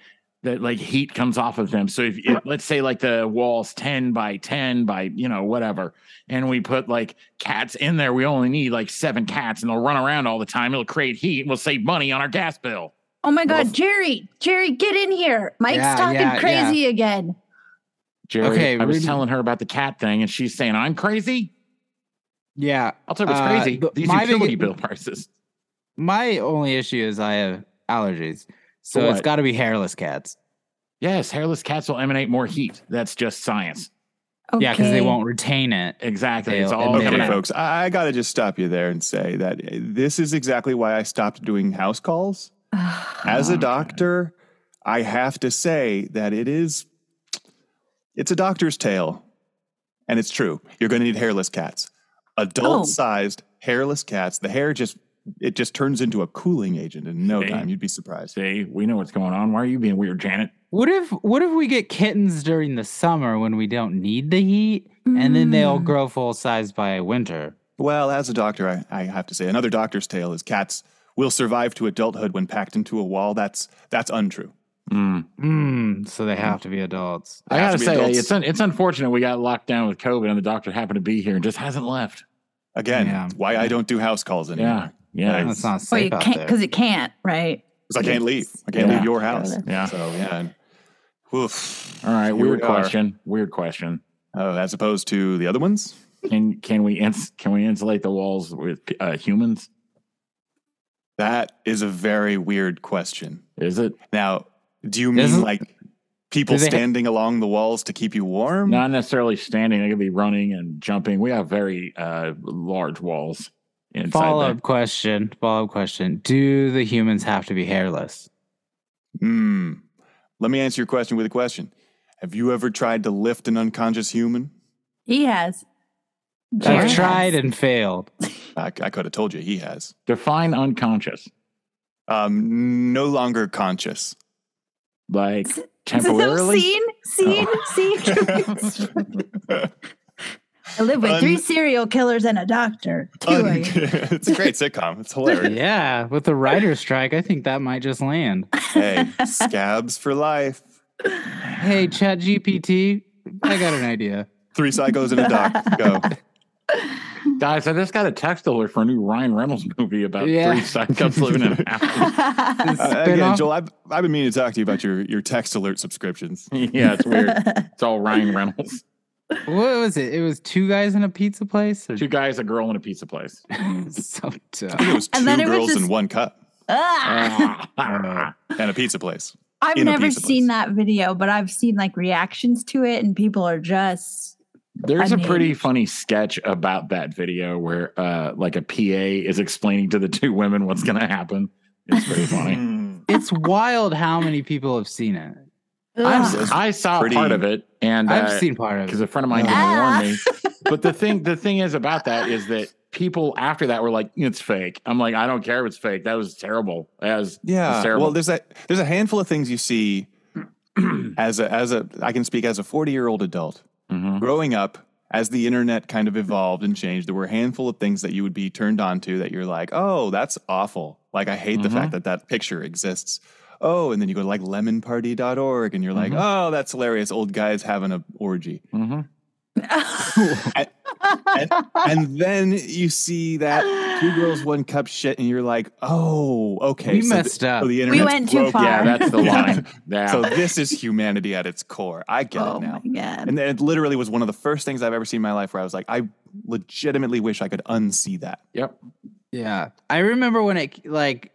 that like heat comes off of them. So if, if let's say like the walls 10 by 10 by, you know, whatever, and we put like cats in there, we only need like seven cats and they'll run around all the time. It'll create heat and we'll save money on our gas bill.
Oh my
Well,
God,
if-
Jerry, Jerry, get in here. Mike's
Yeah,
talking
yeah,
crazy again.
Jerry,
Okay,
I was
Rudy-
telling her about the cat thing and she's saying, I'm crazy.
Yeah.
I'll tell you what's
Uh,
crazy.
but
These
my big-
utility bill prices.
My only issue is I have allergies. So it's
what?
got to be hairless cats.
Yes, hairless cats will emanate more heat. That's just science.
Okay.
Yeah, because they won't retain it.
Exactly.
They'll
It's all
emanate-
coming
Okay,
out.
folks, I, I got to just stop you there and say that eh, this is exactly why I stopped doing house calls. As a
Okay.
doctor, I have to say that it is it's a doctor's tale. And it's true. You're going to need hairless cats. Adult-sized hairless cats. The hair just it just turns into a cooling agent in no
See?
time. You'd be surprised.
See, we know what's going on. Why are you being weird, Janet?
What if what if we get kittens during the summer when we don't need the heat and then they'll
Mm.
grow full size by winter?
Well, as a doctor, I, I have to say another doctor's tale is cats will survive to adulthood when packed into a wall. That's that's untrue.
Mm.
Mm, so they have to be adults.
I
They have
gotta
Hmm. to be
say,
adults.
it's un- it's unfortunate we got locked down with COVID, and the doctor happened to be here and just hasn't left.
Again,
Yeah.
it's why I don't do house calls anymore.
Yeah, yeah,
That's not
Well, you
safe out
can't
there.
because it can't, right?
Because I can't leave. I can't
Yeah.
leave your house.
yeah.
So yeah. and- Oof.
All right,
Here we
weird
are.
question. Weird question.
Oh, as opposed to the other ones?
Can can we ins- can we insulate the walls with uh, humans?
That is a very weird question.
Is it
Now, do you mean
Doesn't-
like people
do they ha-
standing along the walls to keep you warm?
not necessarily standing? They could be running and jumping. We have very uh, large walls inside.
Follow
there.
up question. Follow up question. Do the humans have to be hairless?
Hmm. Let me answer your question with a question. Have you ever tried to lift an unconscious human?
He has.
I've
Jerry
tried
has.
and failed.
I, I could have told you he has.
Define unconscious,
Um, no longer conscious.
like
Is it-
temporarily.
Scene, scene, scene. I live with
Un-
three serial killers and a doctor. Two
Un-
of you.
Oh, it's a great sitcom. It's hilarious.
Yeah, with the writer strike, I think that might just land.
hey, scabs for life.
Hey, Chat GPT, I got an idea.
Three psychos and a doc. Go.
Guys, I just got a text alert for a new Ryan Reynolds movie about
Yeah.
three psychopaths living in a house.
Ah,
Uh, again,
Spin-off?
Joel, I've, I've been meaning to talk to you about your, your text alert subscriptions.
yeah, it's weird. It's all Ryan Reynolds.
What was it? It was two guys in a pizza place. Or
Two guys, a girl, and a pizza place.
so
I
dumb.
think it was two
And then it was
girls in
just-
one cup
Ah.
Ah.
and a pizza place.
I've
in a
never
pizza place.
seen that video, but I've seen like reactions to it, and people are just
There's
I
a pretty
mean-
funny sketch about that video where uh like a PA is explaining to the two women what's gonna happen. It's pretty funny.
Hmm.
It's wild how many people have seen it.
I,
ugh.
I saw
Pretty-
part of it and uh,
I've seen part of
because
it.
a friend of mine
Ah.
warned me. But the thing, the thing is about that is that people after that were like, "It's fake." I'm like, I don't care if it's fake. That was terrible. That was
Yeah.
terrible.
Well, there's a there's a handful of things you see as a as a I can speak as a 40 year old adult
Mhm.
growing up. As the internet kind of evolved and changed, there were a handful of things that you would be turned on to that you're like, oh, that's awful. Like, I hate the
Mhm.
fact
Mm-hmm.
that that picture exists. Oh, and then you go to like lemonparty.org and you're like,
Mhm.
Mm-hmm.
oh, that's hilarious. Old guys having an orgy.
Mhm.
and then you see that two girls, one cup shit, and you're like, oh, okay.
We
the-
messed up.
so the
we
internet's
went too
broken.
far.
Yeah, that's the
Yeah.
line. Yeah.
So this is humanity at its core. I get
oh
it now.
my god!
And it literally was one of the first things I've ever seen in my life where I was like, I legitimately wish I could unsee that.
yep.
Yeah, I remember when it like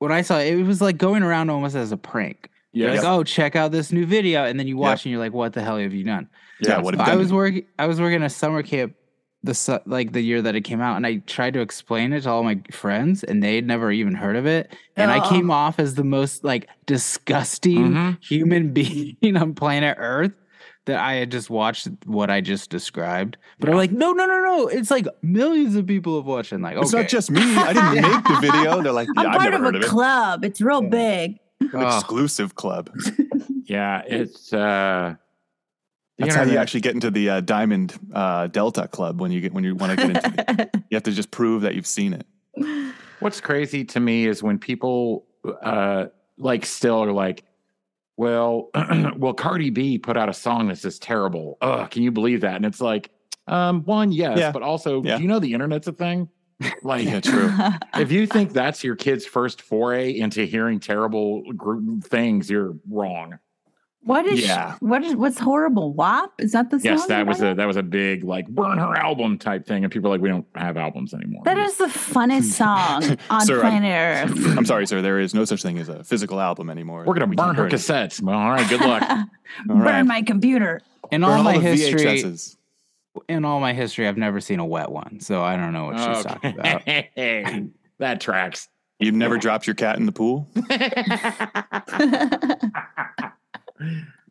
when I saw it, it was like going around almost as a prank. You're
Yes.
Like, oh, check out this new video, and then you
Yep.
watch and you're like, what the hell have you done?
Yeah, what have you
I
done?
was working. I was working a summer camp the su- like the year that it came out, and I tried to explain it to all my friends, and they'd never even heard of it. And I
Oh.
came off as the most like
Mm-hmm.
disgusting
Mhm.
human being on planet Earth that I had just watched what I just described. But I'm like, no, no, no, no! It's like millions of people have watched, and like,
It's
okay,
not just me. I didn't make the video. They're like, yeah,
I'm
I've
part
never
of
heard
a
of it.
club. It's real
Yeah.
big.
An
Oh.
Ugh.
exclusive club.
Yeah, it's uh the
That's how you
internet.
actually get into the uh, Diamond uh, Delta Club when you get when you want to get into it. You have to just prove that you've seen it.
What's crazy to me is when people uh, like still are like, well, well, Cardi B put out a song that's just terrible. Ugh, can you believe that? And it's like, um, one, yes,
Yeah.
but also,
Yeah.
do you know the internet's a thing? Like,
Yeah, true.
if you think that's your kid's first foray into hearing terrible gr- things, you're wrong.
what is
Yeah.
what is what's horrible? WAP? Is that the song?
Yes,
you're
that was
talking
a that was a big like burn her album type thing, and people are like, we don't have albums anymore.
about? That is the funnest song on
Sir, I'm-
planet Earth.
I'm sorry, sir. There is no such thing as a physical album anymore.
we're gonna
We
burn
can't
her cassettes. Well, all right, good luck.
it. All right.
Burn my computer.
In
Burn
all,
all
my
the
history,
VHSs.
in all my history, I've never seen a wet one, so I don't know what she's talking about.
Okay. that tracks.
You've never dropped your cat in the pool?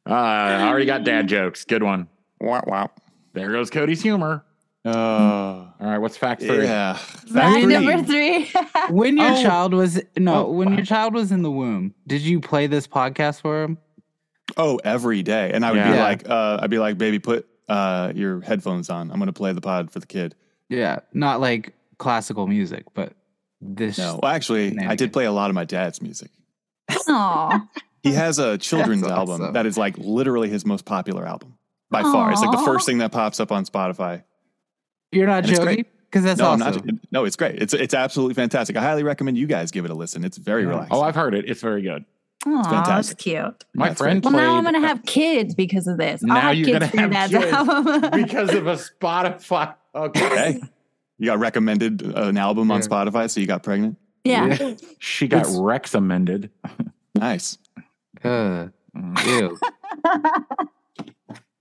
Uh, I already got dad jokes. Good one.
Wow, wow.
There goes Cody's humor.
Oh,
All right, what's fact three?
yeah.
Fact
three.
number three.
When your
Oh.
child was no,
Oh,
when
wow.
your child was in the womb, did you play this podcast for him?
Oh, every day. And I would be
Yeah.
like, uh, I'd be like, baby, put uh, your headphones on. I'm going to play the pod for the kid.
Yeah, not like classical music, but this.
No, well, actually, I did
Shenanigans.
play a lot of my dad's music.
Aw.
He has a children's
That's
album
awesome.
that is like literally his most popular album by far. It's like the
Aw.
first thing that pops up on Spotify.
You're not
And it's
joking because that's
no, I'm
awesome.
not- no, it's great. It's it's absolutely fantastic. I highly recommend you guys give it a listen. It's very
Yeah.
relaxing.
Oh, I've heard it. It's very good.
Aw, that's
fantastic.
cute.
My
That's
friend
Well,
played
now I'm gonna have kids because of this.
Now
I'll have
you're
kids
gonna
for your
have
dad's
kids.
album.
because of a Spotify. Okay.
Hey, you got recommended uh, an album on
Yeah.
Spotify, so you got pregnant.
yeah.
She got
It's-
Rex amended.
Nice.
Uh, ew.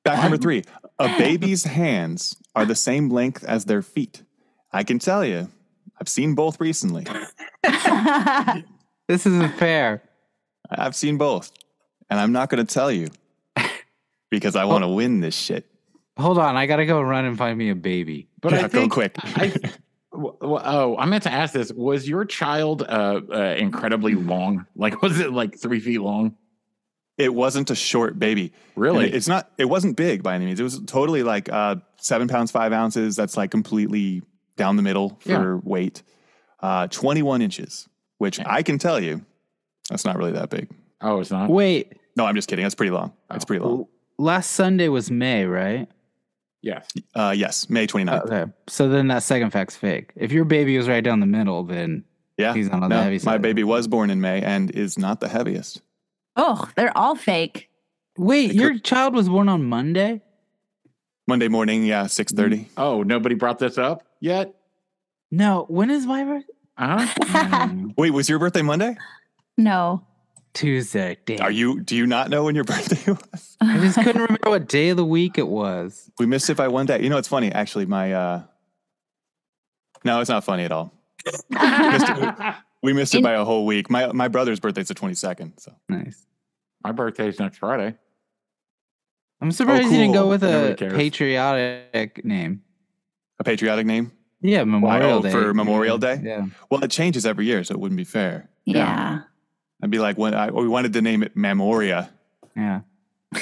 Fact number three: a baby's hands are the same length as their feet. I can tell you, I've seen both recently.
this isn't fair.
I've seen both, and I'm not going to tell you because I want to win this shit.
Hold on, I gotta go run and find me a baby.
But
Yeah,
I think,
go quick.
I, w- w- oh, I meant to ask this. Was your child uh, uh, incredibly long? Like, was it like three feet long?
it wasn't a short baby. And
Really?
it- it's not. It wasn't big by any means. It was totally like uh, seven pounds five ounces. That's like completely down the middle for
Yeah.
weight. Uh, Twenty-one inches, which I can tell you, that's not really that big.
oh, it's not.
Wait,
No, I'm just kidding. That's pretty long.
Oh,
That's pretty long.
last Sunday was May, right?
Yes.
Uh, yes, May 29th.
Oh,
Okay, so then that second fact's fake. If your baby was right down the middle, then
yeah,
he's not on the
no,
heavy
my
side.
baby was born in May and is not the heaviest.
oh, they're all fake.
Wait,
It
your child was born on Monday?
Monday morning, yeah, six thirty.
Oh, nobody brought this up yet?
No, when is my birthday?
Uh huh.
Mm,
Wait, was your birthday Monday?
No.
Tuesday. Damn.
Are you? Do you not know when your birthday was?
I just couldn't remember what day of the week it was.
We missed it by one day. You know, it's funny actually. My uh, no, it's not funny at all. We missed it
In-
by a whole week. My my brother's birthday's the twenty second. So
Nice.
My birthday's next Friday.
I'm surprised you didn't
Oh, cool.
go with
Nobody
a
cares.
patriotic name.
a patriotic name.
Yeah, Memorial
oh,
Day.
for Memorial
Yeah.
Day?
Yeah.
Well, it changes every year, so it wouldn't be fair.
Yeah.
I'd be like, when I we wanted to name it Memoria,
Yeah.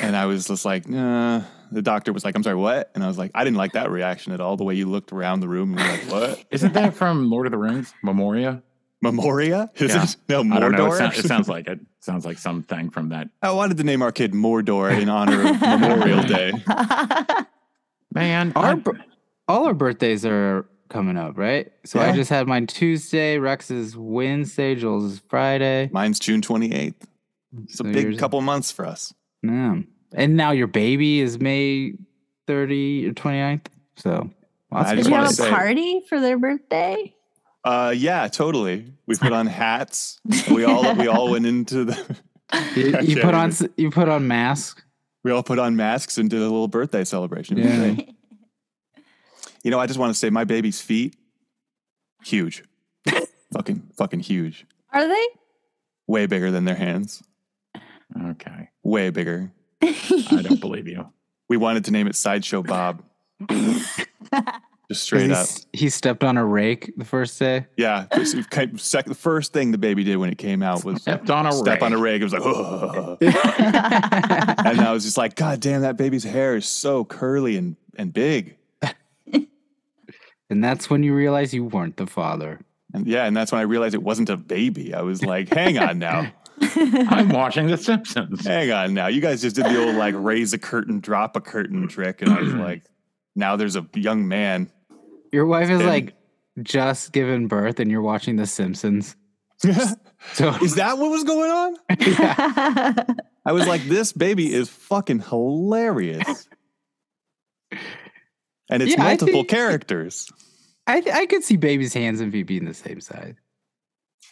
and I was just like, nah. The doctor was like, I'm sorry, what? And I was like, I didn't like that reaction at all. The way you looked around the room and were like, what?
Isn't that from Lord of the Rings? Memoria?
Memoria? Is
Yeah.
it? No,
I don't know. It,
Mordor.
sound, it sounds like it. Sounds like something from that.
I wanted to name our kid Mordor in honor of Memorial Day.
Man,
Our,
I'm-
bir- all our birthdays are coming up, right? So I
Yeah.
just had mine Tuesday, Rex's Wednesday, Joel's is Friday.
Mine's June 28th. It's a
So
big
yours-
couple months for us.
Yeah. And now your baby is May 30 or 29th. So lots
I
of
Did
just
you
wanna
have a
birthdays.
say-
party for their birthday?
Uh, yeah, totally. We put on hats. We all we all went into the.
you,
I
you
can't
put on
even-
s- you put on mask.
We all put on masks and did a little birthday celebration. It was
Yeah.
great. You know, I just want to say my baby's feet, huge, fucking fucking huge,
Are they?
way bigger than their hands,
okay.
way bigger.
I don't believe you.
We wanted to name it Sideshow Bob. just
'Cause
straight
he
up.
s- He stepped on a rake the first day.
Yeah. this is kind of sec- the first thing the baby did when it came out was step
Stepped on a rake.
on a rig. It was like, and I was just like, God damn, that baby's hair is so curly and, and big.
And that's when you realize you weren't the father.
And yeah, and that's when I realized it wasn't a baby. I was like, hang on now.
I'm watching The Simpsons.
Hang on now. You guys just did the old like raise a curtain, drop a curtain trick. And I was like, now there's a young man.
Your wife is
And-
like just given birth and you're watching The Simpsons. So
Is that what was going on? I was like, this baby is fucking hilarious. And it's
Yeah, I
multiple
think-
characters.
I I could see baby's hands and feet being the same size.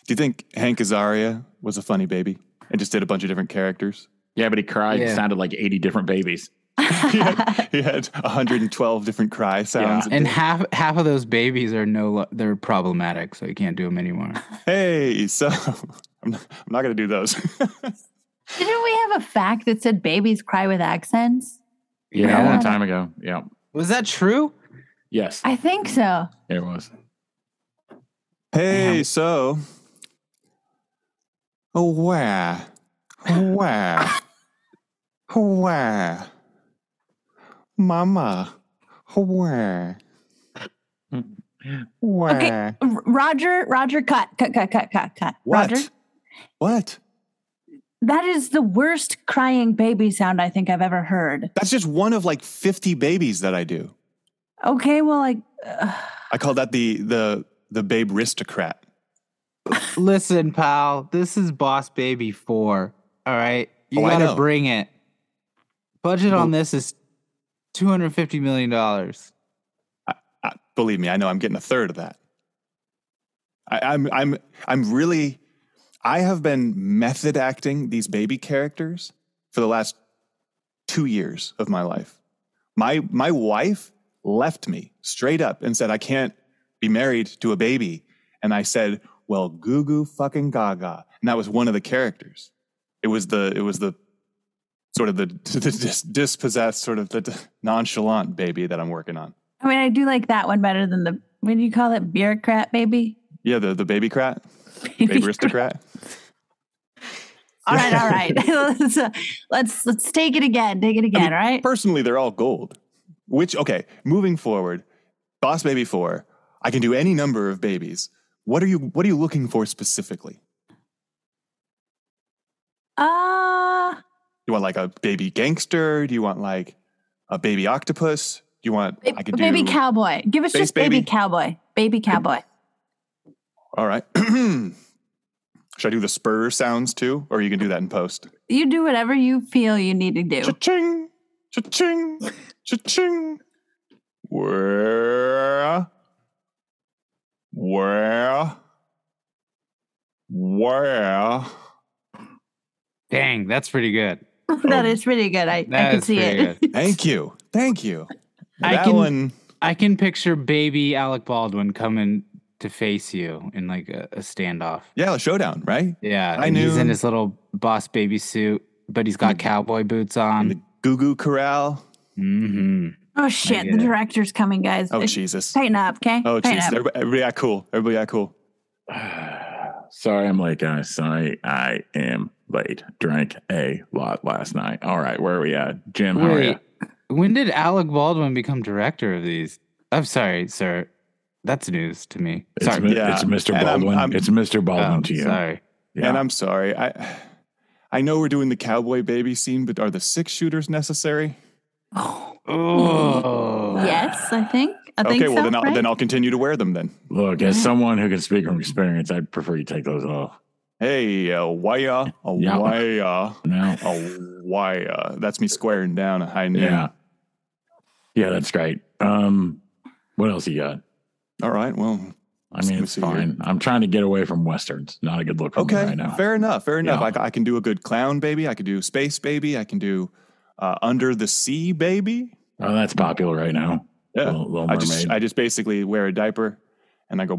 Do you think Hank Azaria was a funny baby and just did a bunch of different characters?
Yeah, but he cried. It
Yeah.
sounded like 80 different babies.
he, had, he had 112 different cry sounds.
And half half of those babies are no lo- they're problematic, so you can't do them anymore.
hey, so I'm not, I'm not going to do those.
Didn't we have a fact that said babies cry with accents?
Yeah, a
Yeah.
long time ago. Yeah.
Was that true?
Yes,
I think so.
it was.
hey, so. Oh, wow. Oh, wow. Oh, wow. Mama. Oh, wow. Wow.
Okay. R- Roger, Roger, cut, cut, cut, cut, cut, cut.
What?
Roger,
What?
that is the worst crying baby sound I think I've ever heard.
That's just one of like 50 babies that I do.
Okay, well, like, uh,
I call that the the the babe aristocrat.
Listen, pal, this is Boss Baby 4. All right. You
Oh, I know.
gotta bring it. Budget
Well-
on this is $250 million.
Uh, believe me, I know I'm getting a third of that. I, I'm I'm I'm really I have been method acting these baby characters for the last two years of my life. My my wife left me straight up and said I can't be married to a baby. And I said, Well, goo goo fucking gaga. And that was one of the characters. It was the it was the sort of the, the dis- dispossessed, sort of the nonchalant baby that I'm working on.
I mean, I do like that one better than the, what do you call it? Bureaucrat baby?
Yeah, the, the baby crat, baby
Baby
aristocrat.
All right, all right. let's, uh, let's let's take it again. Take it again,
mean,
all right?
Personally, they're all gold. Which, okay, moving forward, Boss Baby 4, I can do any number of babies. What are you what are you looking for specifically?
Uh
You want like a baby gangster? Do you want like a baby octopus? Do you want
ba-
I can
baby
do
cowboy. Give us
Space
just baby,
baby.
cowboy. Baby cowboy.
All right. Should I do the spur sounds too? Or you can do that in post.
You do whatever you feel you need to do.
Cha-ching! Cha-ching! Cha-ching! Where? Where? Where?
Dang, that's pretty good.
that
oh.
is pretty good. I, I
That
can
is
see
pretty
it.
good.
Thank you. Thank you.
I
that
can-
one.
I can picture baby Alec Baldwin coming to face you in like a, a standoff.
Yeah, a showdown, right?
Yeah.
I
and He's in
knew-
his little boss baby suit, but he's got cowboy boots
In the
on.
Goo Goo Corral.
hmm
Oh shit,
get
the
it.
director's coming, guys.
Oh,
Uh,
Jesus.
Tighten up, okay?
Oh,
Tighten
Jesus.
up.
Everybody, everybody act cool. Everybody act cool.
Sorry, I'm late, guys. Sorry, I am late. Drank a lot last night. All right, where are we at? Jim, how are you?
Mm-hmm. Wait, when did Alec Baldwin become director of these? I'm sorry, sir. That's news to me.
It's,
Sorry.
mi-
Yeah.
it's Mr.
And I'm-
Baldwin.
I'm- Oh,
it's Mr. Baldwin
Um,
to you.
Sorry.
Yeah.
And I'm sorry. I I know we're doing the cowboy baby scene, but are the six shooters necessary?
Oh.
Yes, I think. I think
okay, well
so,
then I'll,
right?
then I'll continue to wear them then.
Look, as someone who can speak from experience, I'd prefer you take those off.
Hey, uh, waya, a
Yeah.
waya,
No.
a waya. That's me squaring down a high noon.
Yeah. Yeah, that's great. Um, what else you got?
All right. Well,
I mean,
Let me
it's
see here.
fine. I'm trying to get away from westerns. Not a good look for me
okay.
right now.
Fair enough. Fair enough.
Yeah.
I, I can do a good clown baby. I can do space baby. I can do uh, under the sea baby.
Oh, that's popular right now.
Yeah.
Little, Little
I
Mermaid.
just I just basically wear a diaper and I go.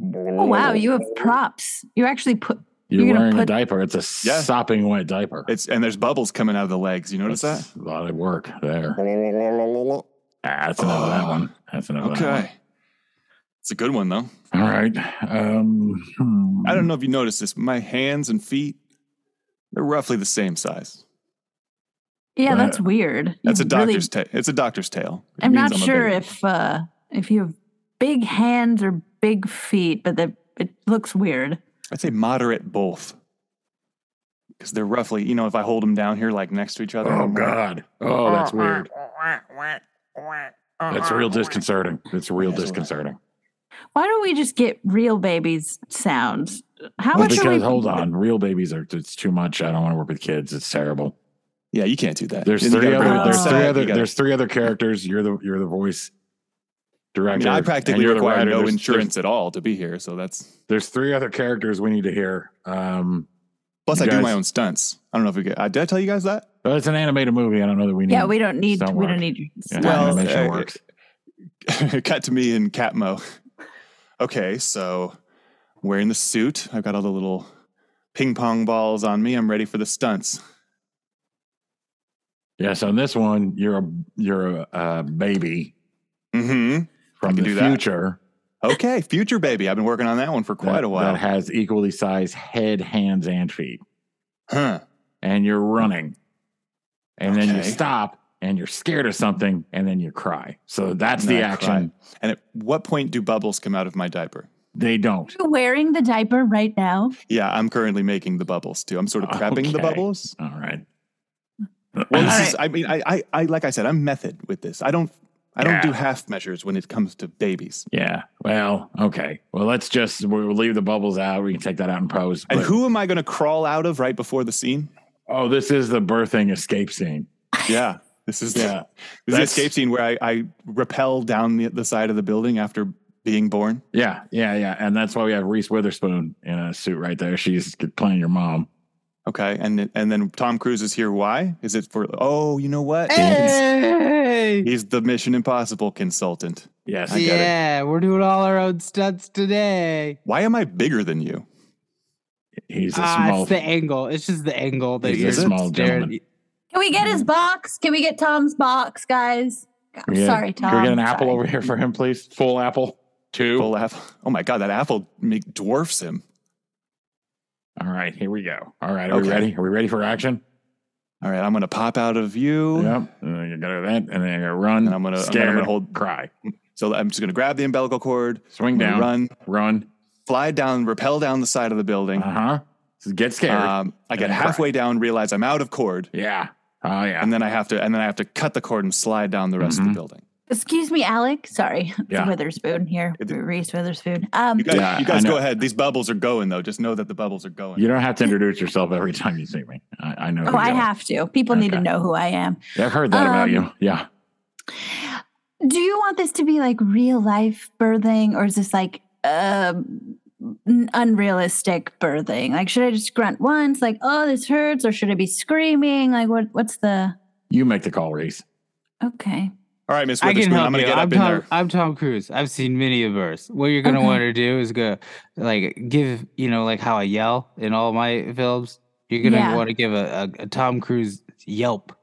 oh wow, you have props. You actually put
You're,
You're gonna
wearing a
put-
diaper. It's a
Yeah.
sopping wet diaper.
It's and there's bubbles coming out of the legs. You notice that?
That's A lot of work there.
Okay.
Ah, that's enough of that
Oh.
one. That's enough. Of that
It's a good one though.
one. All right. Um, hmm.
I don't know if you noticed this, but my hands and feet, they're roughly the same size.
Yeah,
Right.
that's weird.
That's a
You've really-
doctor's tale. It's a doctor's tale. It
I'm
means
not
a
sure
baby.
if uh if you have big hands or big feet, but they, it looks weird.
I'd say moderate both. Because they're roughly, you know, if I hold them down here like next to each other.
Oh
I'm like,
God. Oh, that's
Uh-uh.
weird. That's real disconcerting. That's real
That's weird.
disconcerting.
Why don't we just get real babies sounds? How
Well,
much are we?
because hold on, real babies are it's too much. I don't want to work with kids. It's terrible.
Yeah, you can't do that.
There's
Then you
three
gotta
other
bring
Oh.
them
there's
inside,
three
you
other
gotta-
there's three other characters. You're the you're the voice
I
director.
mean, I
and
practically
you're the
require
writer.
no
There's-
insurance at all to be here, so that's.
There's, there's three other characters we need to hear. Um
Plus,
You
I do my
guys-
own stunts. I don't know if we get. I did I tell you guys that?
but it's an animated movie. I don't know that we need
yeah, we don't need.
Don't
we
work.
don't need. your
yeah,
sounds.
Well,
animation
uh,
works.
Cut to me in Catmo. Okay, so wearing the suit. I've got all the little ping pong balls on me. I'm ready for the stunts.
Yes, on this one, you're a you're a, uh baby
Mm-hmm.
from
can
the
do that.
future.
Okay, future baby. I've been working on that one for quite
that-
a while.
That has equally sized head, hands, and feet.
huh.
And you're running. And then you
Okay.
stop and you're scared of something and then you cry. So that's
And
the
I
action.
cry. And at what point do bubbles come out of my diaper?
They don't.
Are you wearing the diaper right now?
Yeah, I'm currently making the bubbles too. I'm sort of prepping the
Okay.
bubbles.
All right.
Well,
All
this
right.
is. I mean, I, I, I, like I said, I'm method with this. I don't, I don't
Yeah.
do half measures when it comes to babies.
Yeah. Well, okay. Well, let's just we'll leave the bubbles out. We can take that out in post.
And
but-
who am I going to crawl out of right before the scene?
oh, this is the birthing escape scene.
Yeah, this is the,
Yeah.
this is the
That's-
escape scene where I, I rappel down the, the side of the building after being born.
Yeah, yeah, yeah. And that's why we have Reese Witherspoon in a suit right there. She's playing your mom.
Okay, and and then Tom Cruise is here. Why is it for? Oh, you know what?
Hey!
He's the Mission Impossible consultant.
Yes.
I get it.
Yeah, we're doing all our own stunts today.
Why am I bigger than you?
He's a
Ah,
small
it's the angle. It's just the angle that
He's a
you're
small
staring-
gentleman.
Can we get his box? Can we get Tom's box, guys? I'm
Yeah.
sorry, Tom.
Mm-hmm. Can we get an
I'm
apple
sorry.
over here for him, please? Full apple, two.
Full apple. Oh my god, that apple make, dwarfs him.
All right, here we go. All right, are we
Okay.
ready? Are we ready for action?
All right, I'm gonna pop out of you.
Yep. And then you gotta do that, and then you gotta run.
And I'm gonna- I'm gonna- I'm
scared,
gonna hold-
cry,
So I'm just gonna grab the umbilical cord,
swing
I'm gonna
down, run,
run,
run.
fly down, rappel down the side of the
Uh
building.
huh. Get scared.
Um, I
And
get
then cry.
halfway down, realize I'm out of cord,
yeah. Oh yeah.
and then I have to, and then I have to cut the cord and slide down the rest of
Mhm.
the building.
Excuse me, Alec. Sorry, it's
Yeah.
Witherspoon here.
It-
Reese Witherspoon. Um,
You guys,
Yeah,
you
I
guys
know.
go ahead. These bubbles are going though. Just know that the bubbles are going.
you don't have to introduce yourself every time you see me. I, I know.
oh,
who
I
you are.
have to. People need to
Okay.
know who I am.
I've heard that about
Um,
you. Yeah.
Do you want this to be like real life birthing, or is this like um, n- unrealistic birthing? Like, should I just grunt once, like, "Oh, this hurts," or should I be screaming? Like, what? What's the
You make the call, Reese.
okay?
All right, Miss
I can
Witherspoon,
help
I'm gonna
you.
get
I'm
up in
Tom,
there.
I'm Tom Cruise. I've seen many a verse. What you're gonna
Okay.
want to do is go, like, give you know, like how I yell in all my films. You're gonna
Yeah.
want to give a, a, a Tom Cruise yelp,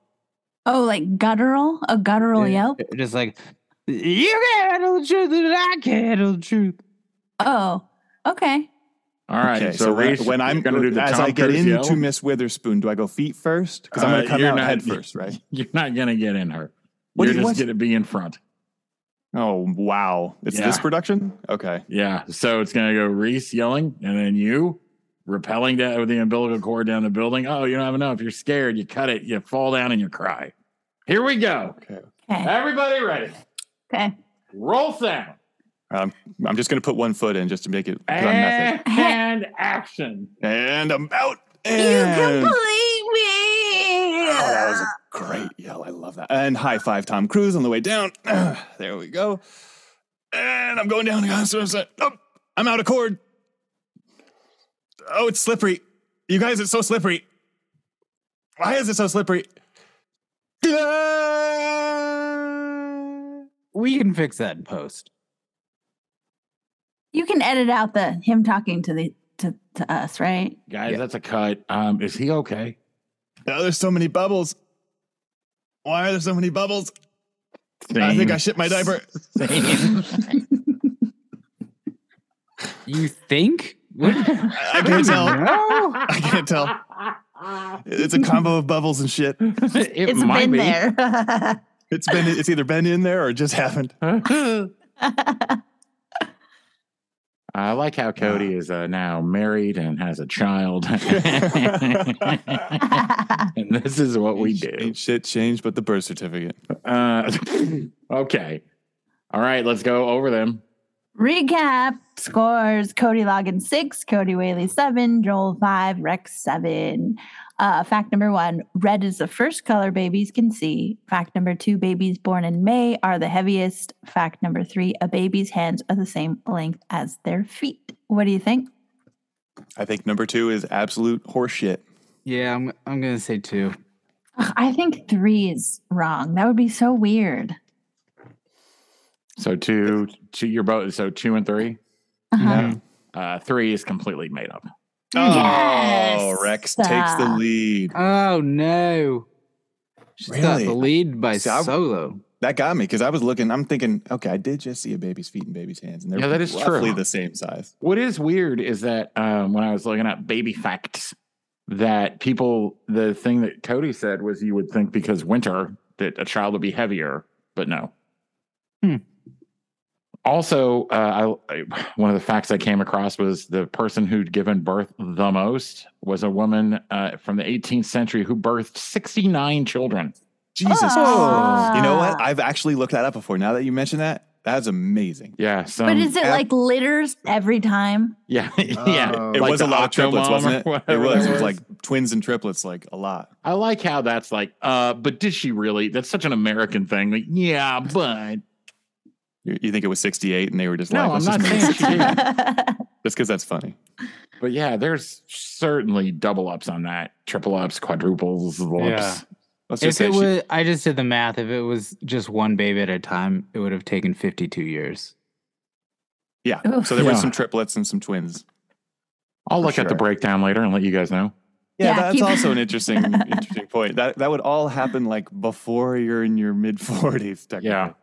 Oh, like guttural, a guttural
Yeah.
yelp.
just like you can handle the truth, and I can handle the truth.
Oh, okay.
All right.
okay,
so,
so
Reese,
when, when I'm
going to do the
as
Tom
I get
Cruise
into
yell,
Miss Witherspoon, do I go feet first? Because I'm
Uh,
gonna come
you're
out
not-
head first, right?
you're not going to get in her.
What do
you're
you-
just
what?
going to be in front.
Oh wow, it's this
Yeah.
production. Okay,
Yeah. So it's going to go Reese yelling and then you rappelling down with the umbilical cord down the building. Oh, you don't have enough. You're scared. You cut it. You fall down and you cry. Here we go.
okay.
Okay.
Everybody ready?
Okay.
Roll sound
I'm just gonna put one foot in just to make it. 'cause I'm method.
and, and action.
And I'm out.
Eh. you
And
complete me.
Oh, that was a great yell. I love that. And high five Tom Cruise on the way down. there we go. And I'm going down. Oh, I'm out of cord. Oh, it's slippery. You guys, it's so slippery. Why is it so slippery? All
We can fix that in post.
you can edit out the him talking to the to, to us, right?
Guys,
Yeah.
that's a cut. Um, is he okay?
Oh, there's so many bubbles. Why are there so many bubbles? I think I shit my diaper.
You think? What?
I can't tell.
no,
I can't tell. It's a combo of bubbles and shit.
it
It's
might
been
be.
there.
It's been it's either been in there or it just happened.
I like how Cody is uh, now married and has a child. and this is what we
Ain't-
do.
Ain't shit changed but the birth certificate.
Uh, okay. All right, let's go over them.
Recap scores Cody Logan six, Cody Whaley seven, Joel five, Rex seven. Uh, fact number one red is the first color babies can see. Fact number two babies born in May are the heaviest. Fact number three a baby's hands are the same length as their feet. What do you think?
I think number two is absolute horseshit.
Yeah, I'm I'm gonna say two.
Ugh, I think three is wrong. That would be so weird.
So two, two, your boat. So two and three.
Uh-huh.
Uh, three is completely made up.
Yes.
Oh, Rex takes the
Uh,
lead.
Oh no. she's got
Really?
the lead by
See, I-
solo.
That got me because I was looking. I'm thinking, okay, I did just see a baby's feet and baby's hands, and they're
Yeah, that is
roughly
true.
the same size.
What is weird is that um, when I was looking up baby facts, that people, the thing that Cody said was you would think because winter that a child would be heavier, but no.
Hmm.
Also, uh, I, I- one of the facts I came across was the person who'd given birth the most was a woman uh, from the 18th century who birthed 69 children.
Jesus,
Ah.
you know what? I've actually looked that up before. Now that you mention that, that's amazing.
Yeah. So,
But is it
ab-
like litters every time?
yeah. yeah.
Oh.
It
Like
was a
the
lot of triplets,
Octomom
wasn't it?
or
It
whatever
was.
that
It
was.
was like twins and triplets, like a lot.
I like how that's like, uh, but did she really? That's such an American thing. Like, yeah, but
You, you think it was 68 and they were just
no,
like,
I'm
let's
not
just,
saying she did.
just because that's funny.
But yeah, there's certainly double ups on that, triple ups, quadruples, ups.
Yeah.
Let's just
If
say
it
she-
was, I just did the math. If it was just one baby at a time, it would have taken 52 years.
yeah.
Oof.
So there
Yeah.
was some triplets and some twins.
I'll
For
look at the
sure.
breakdown later and let you guys know.
Yeah,
Yeah,
that's
keep-
also an interesting interesting point. That that would all happen like before you're in your mid 40s.
Yeah.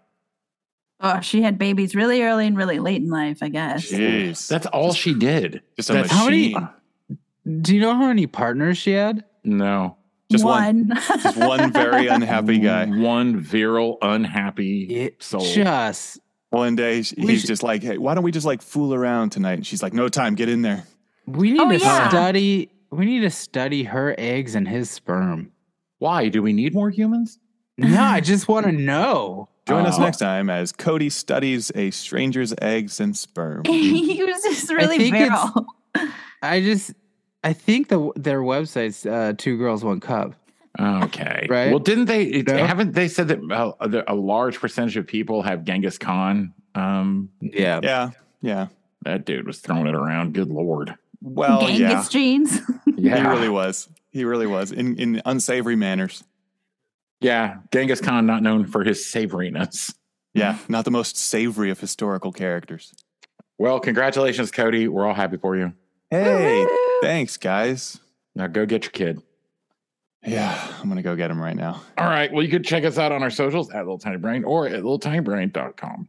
Oh, she had babies really early and really late in life, I guess.
Jeez.
That's all she did.
just a
that's-
machine.
how many- Do you know how many partners she had?
No.
Just one. Just
one.
one very unhappy guy.
One virile, unhappy soul.
just
One day sh-
We
he's
should-
just like, "Hey, why don't we just like fool around tonight?" And she's like, "No time. Get in there."
we need
Oh,
to
yeah.
study. We need to study her eggs and his sperm.
Why? Do we need more humans?
No, I just want to know.
Join us
Oh.
next time as Cody studies a stranger's eggs and sperm.
he was just really
think it's-
virile.
I just, I think the their website's uh, two girls one cup.
Okay.
Right?
Well, didn't they? it-
No.
Haven't they said that uh, that a large percentage of people have Genghis Khan? Um,
Yeah,
Yeah. Yeah.
that dude was throwing it around. Good lord.
Well,
Genghis
yeah.
jeans.
He really was. He really was in in unsavory manners.
yeah. Genghis Khan, not known for his savoriness.
Yeah, not the most savory of historical characters.
Well, congratulations, Cody. We're all happy for you.
Hey, thanks, guys.
Now go get your kid.
Yeah, I'm gonna go get him right now.
All right. Well, you could check us out on our socials at Little Tiny Brain or at LittleTinyBrain.com.